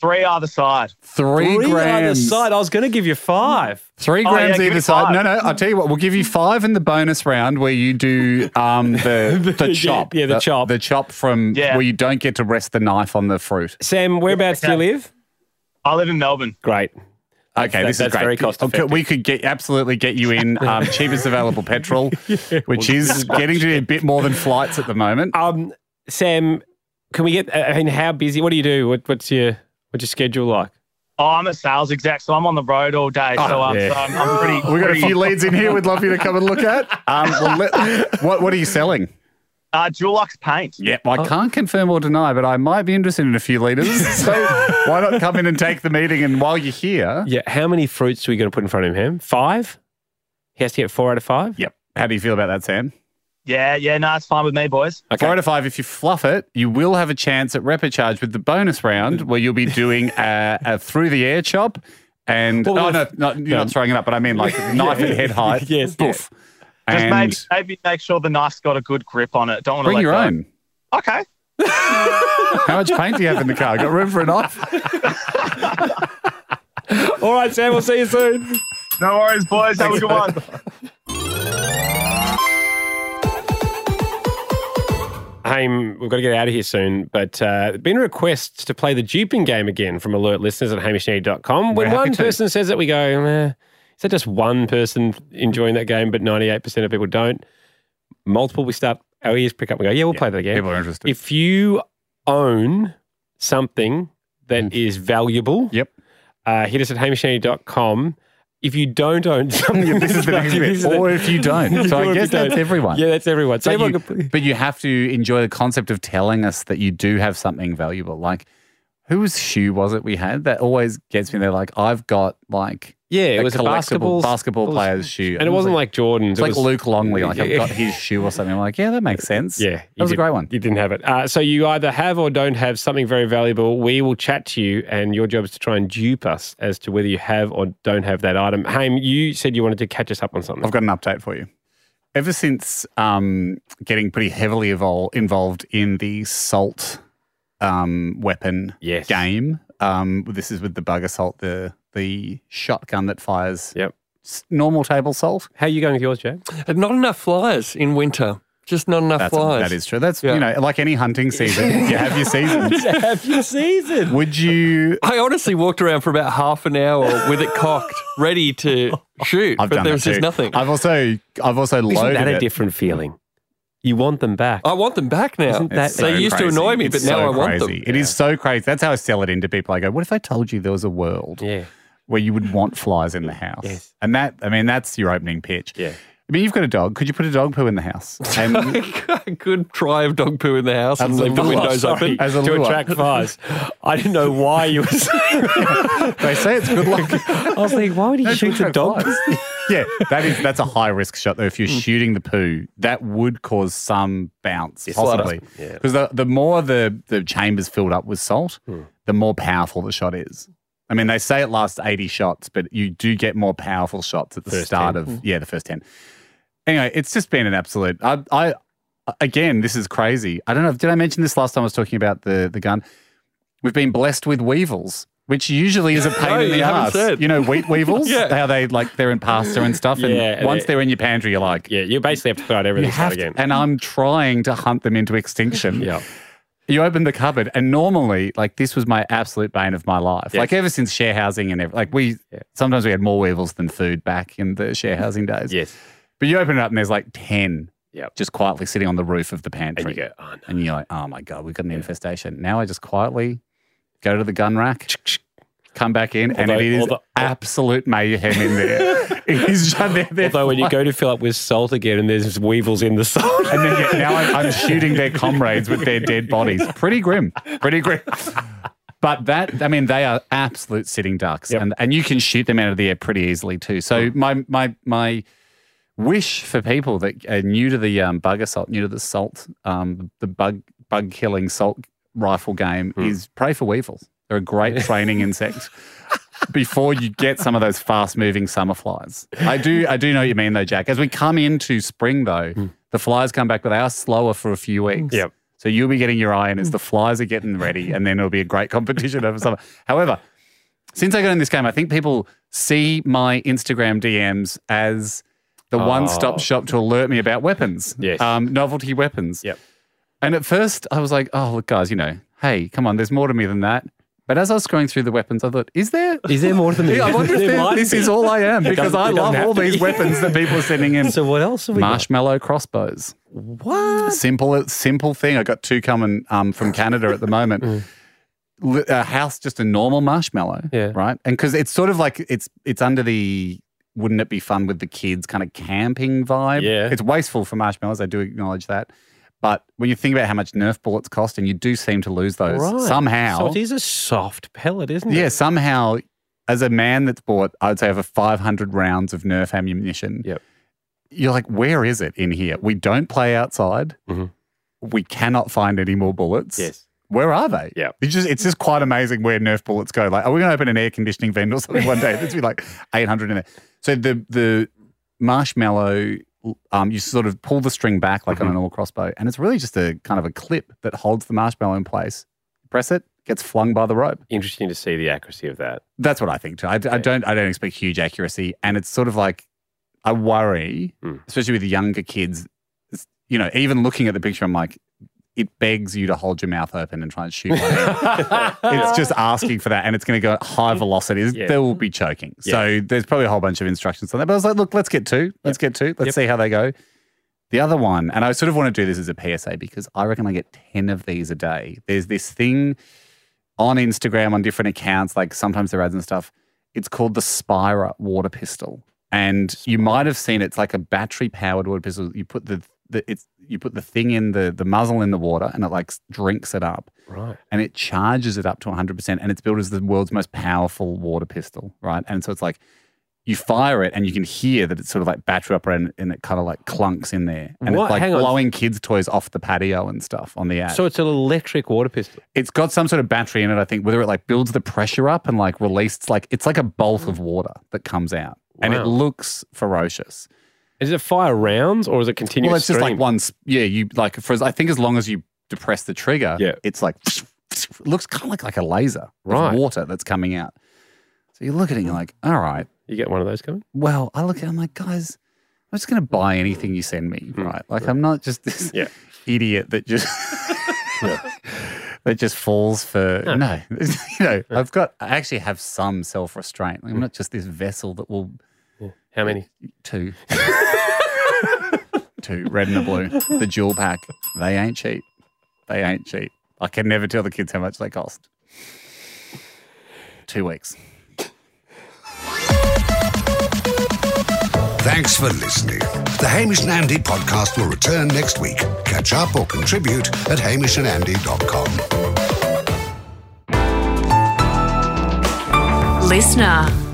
Speaker 6: Three either side.
Speaker 4: Three
Speaker 3: either
Speaker 4: grams.
Speaker 3: side. I was going to give you five.
Speaker 4: Three
Speaker 3: Oh, yeah,
Speaker 4: grams
Speaker 3: give
Speaker 4: either
Speaker 3: it five.
Speaker 4: side. No, no. I'll tell you what. We'll give you five in the bonus round where you do um, the the
Speaker 3: Yeah,
Speaker 4: chop.
Speaker 3: yeah, the chop.
Speaker 4: The chop from
Speaker 6: Yeah.
Speaker 4: where you don't get to rest the knife on the fruit.
Speaker 3: Sam, whereabouts do you live?
Speaker 6: I live in Melbourne.
Speaker 3: Great.
Speaker 4: Okay,
Speaker 3: That-
Speaker 4: this
Speaker 3: that's
Speaker 4: is great.
Speaker 3: very cost
Speaker 4: Okay,
Speaker 3: effective.
Speaker 4: We could get absolutely get you in um, cheapest available petrol, which is getting to be a bit more than flights at the moment.
Speaker 3: Um, Sam, can we get? uh, I mean, how busy? What do you do? What, what's your what's your schedule like?
Speaker 6: Oh, I'm a sales exec, so I'm on the road all day.
Speaker 4: Oh,
Speaker 6: so, um,
Speaker 3: yeah.
Speaker 6: so I'm, I'm pretty.
Speaker 4: We've got a
Speaker 6: pretty-
Speaker 4: few leads in here. We'd love you to come and look at. Um, well, let- what what are you selling?
Speaker 6: Uh, Dulux paint.
Speaker 4: Yep,
Speaker 3: Oh.
Speaker 4: I can't confirm or deny, but I might be interested in a few liters. So why not come in and take the meeting? And while you're here,
Speaker 3: Yeah, how many fruits are we going to put in front of him? Five. He has to get four out of five.
Speaker 4: yep. How do you feel about that, Sam?
Speaker 6: Yeah, yeah. No, it's fine with me, boys.
Speaker 4: Four out of five. If you fluff it, you will have a chance at repercharge with the bonus round, where you'll be doing a, a through the air chop. And
Speaker 3: What
Speaker 4: oh,
Speaker 3: was
Speaker 4: no,
Speaker 3: the-
Speaker 4: no, you're not throwing it up, but I mean like knife at head height.
Speaker 3: Yes, yeah.
Speaker 4: Poof.
Speaker 6: Just
Speaker 4: And
Speaker 6: maybe, maybe make sure the knife's got a good grip on it. Don't want to
Speaker 4: bring
Speaker 6: let
Speaker 4: your
Speaker 6: go.
Speaker 4: own.
Speaker 6: Okay.
Speaker 4: How much paint do you have in the car? Got room for a knife?
Speaker 3: All right, Sam. We'll see you soon.
Speaker 6: No worries, boys. Have a good one.
Speaker 3: Hey, m- we've got to get out of here soon, but uh, been requests to play the duping game again from alert listeners at hamishnady.com.
Speaker 4: We're
Speaker 3: When
Speaker 4: happy
Speaker 3: one
Speaker 4: to.
Speaker 3: person says it, we go, "Meh, is that just one person enjoying that game, but 98% of people don't? Multiple, we start, our ears pick up, we go, yeah, we'll play that again.
Speaker 4: People are interested.
Speaker 3: If you own something
Speaker 4: Mm.
Speaker 3: that is valuable,
Speaker 4: Yep.
Speaker 3: uh, hit us at hamishnady.com. If you don't own something,
Speaker 4: Yeah, this is the next
Speaker 3: this is
Speaker 4: bit.
Speaker 3: the-
Speaker 4: Or if you don't. So
Speaker 3: Or if
Speaker 4: I
Speaker 3: you
Speaker 4: guess that's
Speaker 3: don't.
Speaker 4: everyone.
Speaker 3: Yeah, that's everyone. So
Speaker 4: But
Speaker 3: everyone
Speaker 4: you,
Speaker 3: can play-
Speaker 4: but you have to enjoy the concept of telling us that you do have something valuable. Like, whose shoe was it we had? That always gets me. They're like, I've got like
Speaker 3: Yeah, it was a
Speaker 4: collectible
Speaker 3: basketball
Speaker 4: basketball
Speaker 3: ball-
Speaker 4: player's shoe,
Speaker 3: and it wasn't like Jordan's.
Speaker 4: it's
Speaker 3: it
Speaker 4: like
Speaker 3: was,
Speaker 4: Luke Longley. Like I've
Speaker 3: Yeah.
Speaker 4: got his shoe or something. I'm like, yeah, that makes sense.
Speaker 3: Yeah,
Speaker 4: that was a
Speaker 3: did-
Speaker 4: great one.
Speaker 3: You didn't have it. Uh, so you either have or don't have something very valuable. We will chat to you, and your job is to try and dupe us as to whether you have or don't have that item. Haim, you said you wanted to catch us up on something.
Speaker 4: I've got an update for you. Ever since um, getting pretty heavily evol- involved in the salt um, weapon
Speaker 3: Yes.
Speaker 4: game, um, this is with the bug assault, the the shotgun that fires
Speaker 3: Yep.
Speaker 4: s- normal table salt.
Speaker 3: How are you going with yours, Jack?
Speaker 5: Not enough flies in winter. Just not enough
Speaker 4: That's,
Speaker 5: flies.
Speaker 4: that is true. That's you know, like any hunting season, you have your seasons.
Speaker 3: Have your season.
Speaker 4: Would you?
Speaker 5: I honestly walked around for about half an hour with it cocked, ready to shoot,
Speaker 4: I've
Speaker 5: but
Speaker 4: done
Speaker 5: there
Speaker 4: that
Speaker 5: was just
Speaker 4: too.
Speaker 5: nothing.
Speaker 4: I've also I've also
Speaker 5: Isn't
Speaker 4: loaded
Speaker 5: that a
Speaker 4: it.
Speaker 3: different feeling? You want them back.
Speaker 4: Oh,
Speaker 5: I want them back now.
Speaker 4: Isn't that-
Speaker 5: they used to annoy me, but
Speaker 4: It's
Speaker 5: now
Speaker 4: so
Speaker 5: I want
Speaker 4: crazy.
Speaker 5: them.
Speaker 4: It is so crazy. That's how I sell it into people. I go, "What if I told you there was a world where you would want flies in the house?"
Speaker 5: Yes.
Speaker 4: And that, I mean, that's your opening pitch. Yeah. I mean, you've got a dog. Could you put a dog poo in the house? And
Speaker 5: I could try of dog poo in the house and
Speaker 4: As a
Speaker 5: leave the
Speaker 4: lure, Oh,
Speaker 5: windows
Speaker 4: sorry,
Speaker 5: open
Speaker 4: as a
Speaker 5: to
Speaker 4: lure.
Speaker 5: attract
Speaker 3: flies. I didn't know why you were saying
Speaker 4: they say it's good luck.
Speaker 3: I was like, why would he shoot the dog?
Speaker 4: yeah, that is that's a high risk shot though. If
Speaker 3: Hmm.
Speaker 4: you're shooting the poo, that would cause some bounce,
Speaker 3: Yes,
Speaker 4: possibly.
Speaker 3: slight bounce, yeah.
Speaker 4: Because the, the more the, the chambers filled up with salt,
Speaker 3: Hmm.
Speaker 4: the more powerful the shot is. I mean, they say it lasts 80 shots, but you do get more powerful shots at the
Speaker 3: First
Speaker 4: start
Speaker 3: 10.
Speaker 4: of
Speaker 3: Mm.
Speaker 4: yeah, the first 10. Anyway, it's just been an absolute I I again, this is crazy. I don't know, did I mention this last time I was talking about the the gun? We've been blessed with weevils, which usually is a pain
Speaker 5: No,
Speaker 4: in the
Speaker 5: you haven't
Speaker 4: ass.
Speaker 5: said.
Speaker 4: You know, wheat weevils?
Speaker 5: Yeah.
Speaker 4: How they like they're in pasta and stuff. And
Speaker 3: Yeah,
Speaker 4: once
Speaker 3: they-
Speaker 4: they're in your pantry, you're like,
Speaker 3: Yeah, you basically have to throw out everything
Speaker 4: you have
Speaker 3: out again.
Speaker 4: to, and I'm trying to hunt them into extinction.
Speaker 3: yeah.
Speaker 4: You open the cupboard, and normally, like this was my absolute bane of my life. Like ever since share housing and everything, like we sometimes we had more weevils than food back in the share housing days.
Speaker 3: Yes,
Speaker 4: but you open it up and there's like ten,
Speaker 3: Yep.
Speaker 4: just quietly sitting on the roof of the pantry.
Speaker 3: you go, oh, no.
Speaker 4: and you're like, oh my god, we've got an infestation. Now I just quietly go to the gun rack, come back in, and
Speaker 3: Although-
Speaker 4: it is
Speaker 3: although-
Speaker 4: absolute mayhem in there. it is they're, they're
Speaker 3: Although when you
Speaker 4: flying.
Speaker 3: go to fill up with salt again and there's weevils in the salt.
Speaker 4: And then yeah, now I'm, I'm shooting their comrades with their dead bodies. Pretty grim. Pretty grim. But that, I mean, they are absolute sitting ducks, and and you can shoot them out of the air pretty easily too. So my my my wish for people that are new to the um, bug assault, new to the salt, um, the bug bug killing salt rifle game is pray for weevils. They're a great training insect. Before you get some of those fast moving summer flies, I do I do know what you mean though, Jack. As we come into spring though, the flies come back, but they are slower for a few weeks.
Speaker 3: Hmm. Yep. Hmm.
Speaker 4: So you'll be getting your eye in as the flies are getting ready, and then it'll be a great competition over summer. However, since I got in this game, I think people see my Instagram DMs as the
Speaker 3: Oh.
Speaker 4: one stop shop to alert me about weapons.
Speaker 3: Yes.
Speaker 4: Um, novelty weapons.
Speaker 3: Yep.
Speaker 4: And at first I was like, oh, look, guys, you know, hey, come on, there's more to me than that. But as I was scrolling through the weapons, I thought, is there?
Speaker 3: Is there more to me?
Speaker 4: Yeah, I wonder if
Speaker 3: There
Speaker 4: there-
Speaker 3: might
Speaker 4: this
Speaker 3: be.
Speaker 4: is all I am
Speaker 3: It
Speaker 4: because
Speaker 3: doesn't-
Speaker 4: I
Speaker 3: it doesn't
Speaker 4: love
Speaker 3: have
Speaker 4: all
Speaker 3: to
Speaker 4: these
Speaker 3: be.
Speaker 4: weapons that people are sending in.
Speaker 3: So what else have we got?
Speaker 4: Marshmallow crossbows.
Speaker 3: What?
Speaker 4: Simple, simple thing. I got two coming um, from Canada at the moment.
Speaker 3: Mm.
Speaker 4: Li- A house, just a normal marshmallow,
Speaker 3: Yeah.
Speaker 4: right? And because it's sort of like it's it's under the wouldn't it be fun with the kids kind of camping vibe?
Speaker 3: Yeah.
Speaker 4: it's wasteful for marshmallows. I do acknowledge that, but when you think about how much Nerf bullets cost, and you do seem to lose those
Speaker 3: Right. So
Speaker 4: somehow.
Speaker 3: it is a soft pellet, isn't
Speaker 4: yeah,
Speaker 3: it?
Speaker 4: somehow, as a man that's bought, I'd say over five hundred rounds of Nerf ammunition.
Speaker 3: Yep.
Speaker 4: You're like, where is it in here? We don't play outside
Speaker 3: Mhm.
Speaker 4: we cannot find any more bullets.
Speaker 3: Yes.
Speaker 4: Where are they?
Speaker 3: Yeah.
Speaker 4: It's just it's just quite amazing where Nerf bullets go. Like, are we going to open an air conditioning vent or something one day? There's be like 800 in there. So the the marshmallow, um, you sort of pull the string back like on
Speaker 3: Mm-hmm.
Speaker 4: a normal crossbow, and it's really just a kind of a clip that holds the marshmallow in place. Press it, gets flung by the rope.
Speaker 3: Interesting to see the accuracy of that.
Speaker 4: That's what I think too. I, I don't I don't expect huge accuracy, and it's sort of like I worry,
Speaker 3: Hmm.
Speaker 4: especially with the younger kids. it's- You know, even looking at the picture, I'm like, it begs you to hold your mouth open and try and shoot. one out. it's just asking for that, and it's going to go at high velocities.
Speaker 3: Mm. Yeah.
Speaker 4: There will be choking. So there's probably a whole bunch of instructions on that. But I was like, look, let's get two. Let's get two. Let's
Speaker 3: Yep.
Speaker 4: see how they go. The other one, and I sort of want to do this as a PSA because I reckon I get 10 of these a day. There's this thing on Instagram on different accounts, like sometimes there are ads and stuff. It's called the Spira water pistol, and you might have seen it's like a battery powered water pistol. You put the, the it's you put the thing in the the muzzle in the water, and it like s- drinks it up,
Speaker 3: Right.
Speaker 4: and it charges it up to 100, percent and it's billed as the world's most powerful water pistol, right? And so it's like you fire it, and you can hear that it's sort of like battery operated, and it kind of like clunks in there, and
Speaker 3: What?
Speaker 4: it's like
Speaker 3: Hang on.
Speaker 4: blowing kids' toys off the patio and stuff on the ad
Speaker 3: So it's an electric water pistol.
Speaker 4: it's got some sort of battery in it, I think, whether it like builds the pressure up and like releases like it's like a bolt of water that comes out. And
Speaker 3: Mm. Wow.
Speaker 4: it looks ferocious.
Speaker 3: Is it fire rounds or is it continuous
Speaker 4: well, it's just
Speaker 3: stream?
Speaker 4: like one sp- yeah, you like for as I think as long as you depress the trigger,
Speaker 3: Yeah.
Speaker 4: it's like it looks kind of like, like a laser of
Speaker 3: Right. Mm.
Speaker 4: water that's coming out. So you look at it and you're like, all right,
Speaker 3: You get one of those coming?
Speaker 4: Well, I look at it, I'm like, guys, I'm just going to buy anything you send me, right? Like, I'm not just this idiot that just. That just falls for
Speaker 12: No.
Speaker 4: no. you know, I've got I actually have some self restraint. I'm not just this vessel that will.
Speaker 3: How many?
Speaker 4: Two. Two red and a blue. The jewel pack. They ain't cheap. They ain't cheap. I can never tell the kids how much they cost. Two weeks.
Speaker 2: Thanks for listening. The Hamish and Andy podcast will return next week. Catch up or contribute at hamishandandy.com.
Speaker 1: Listener.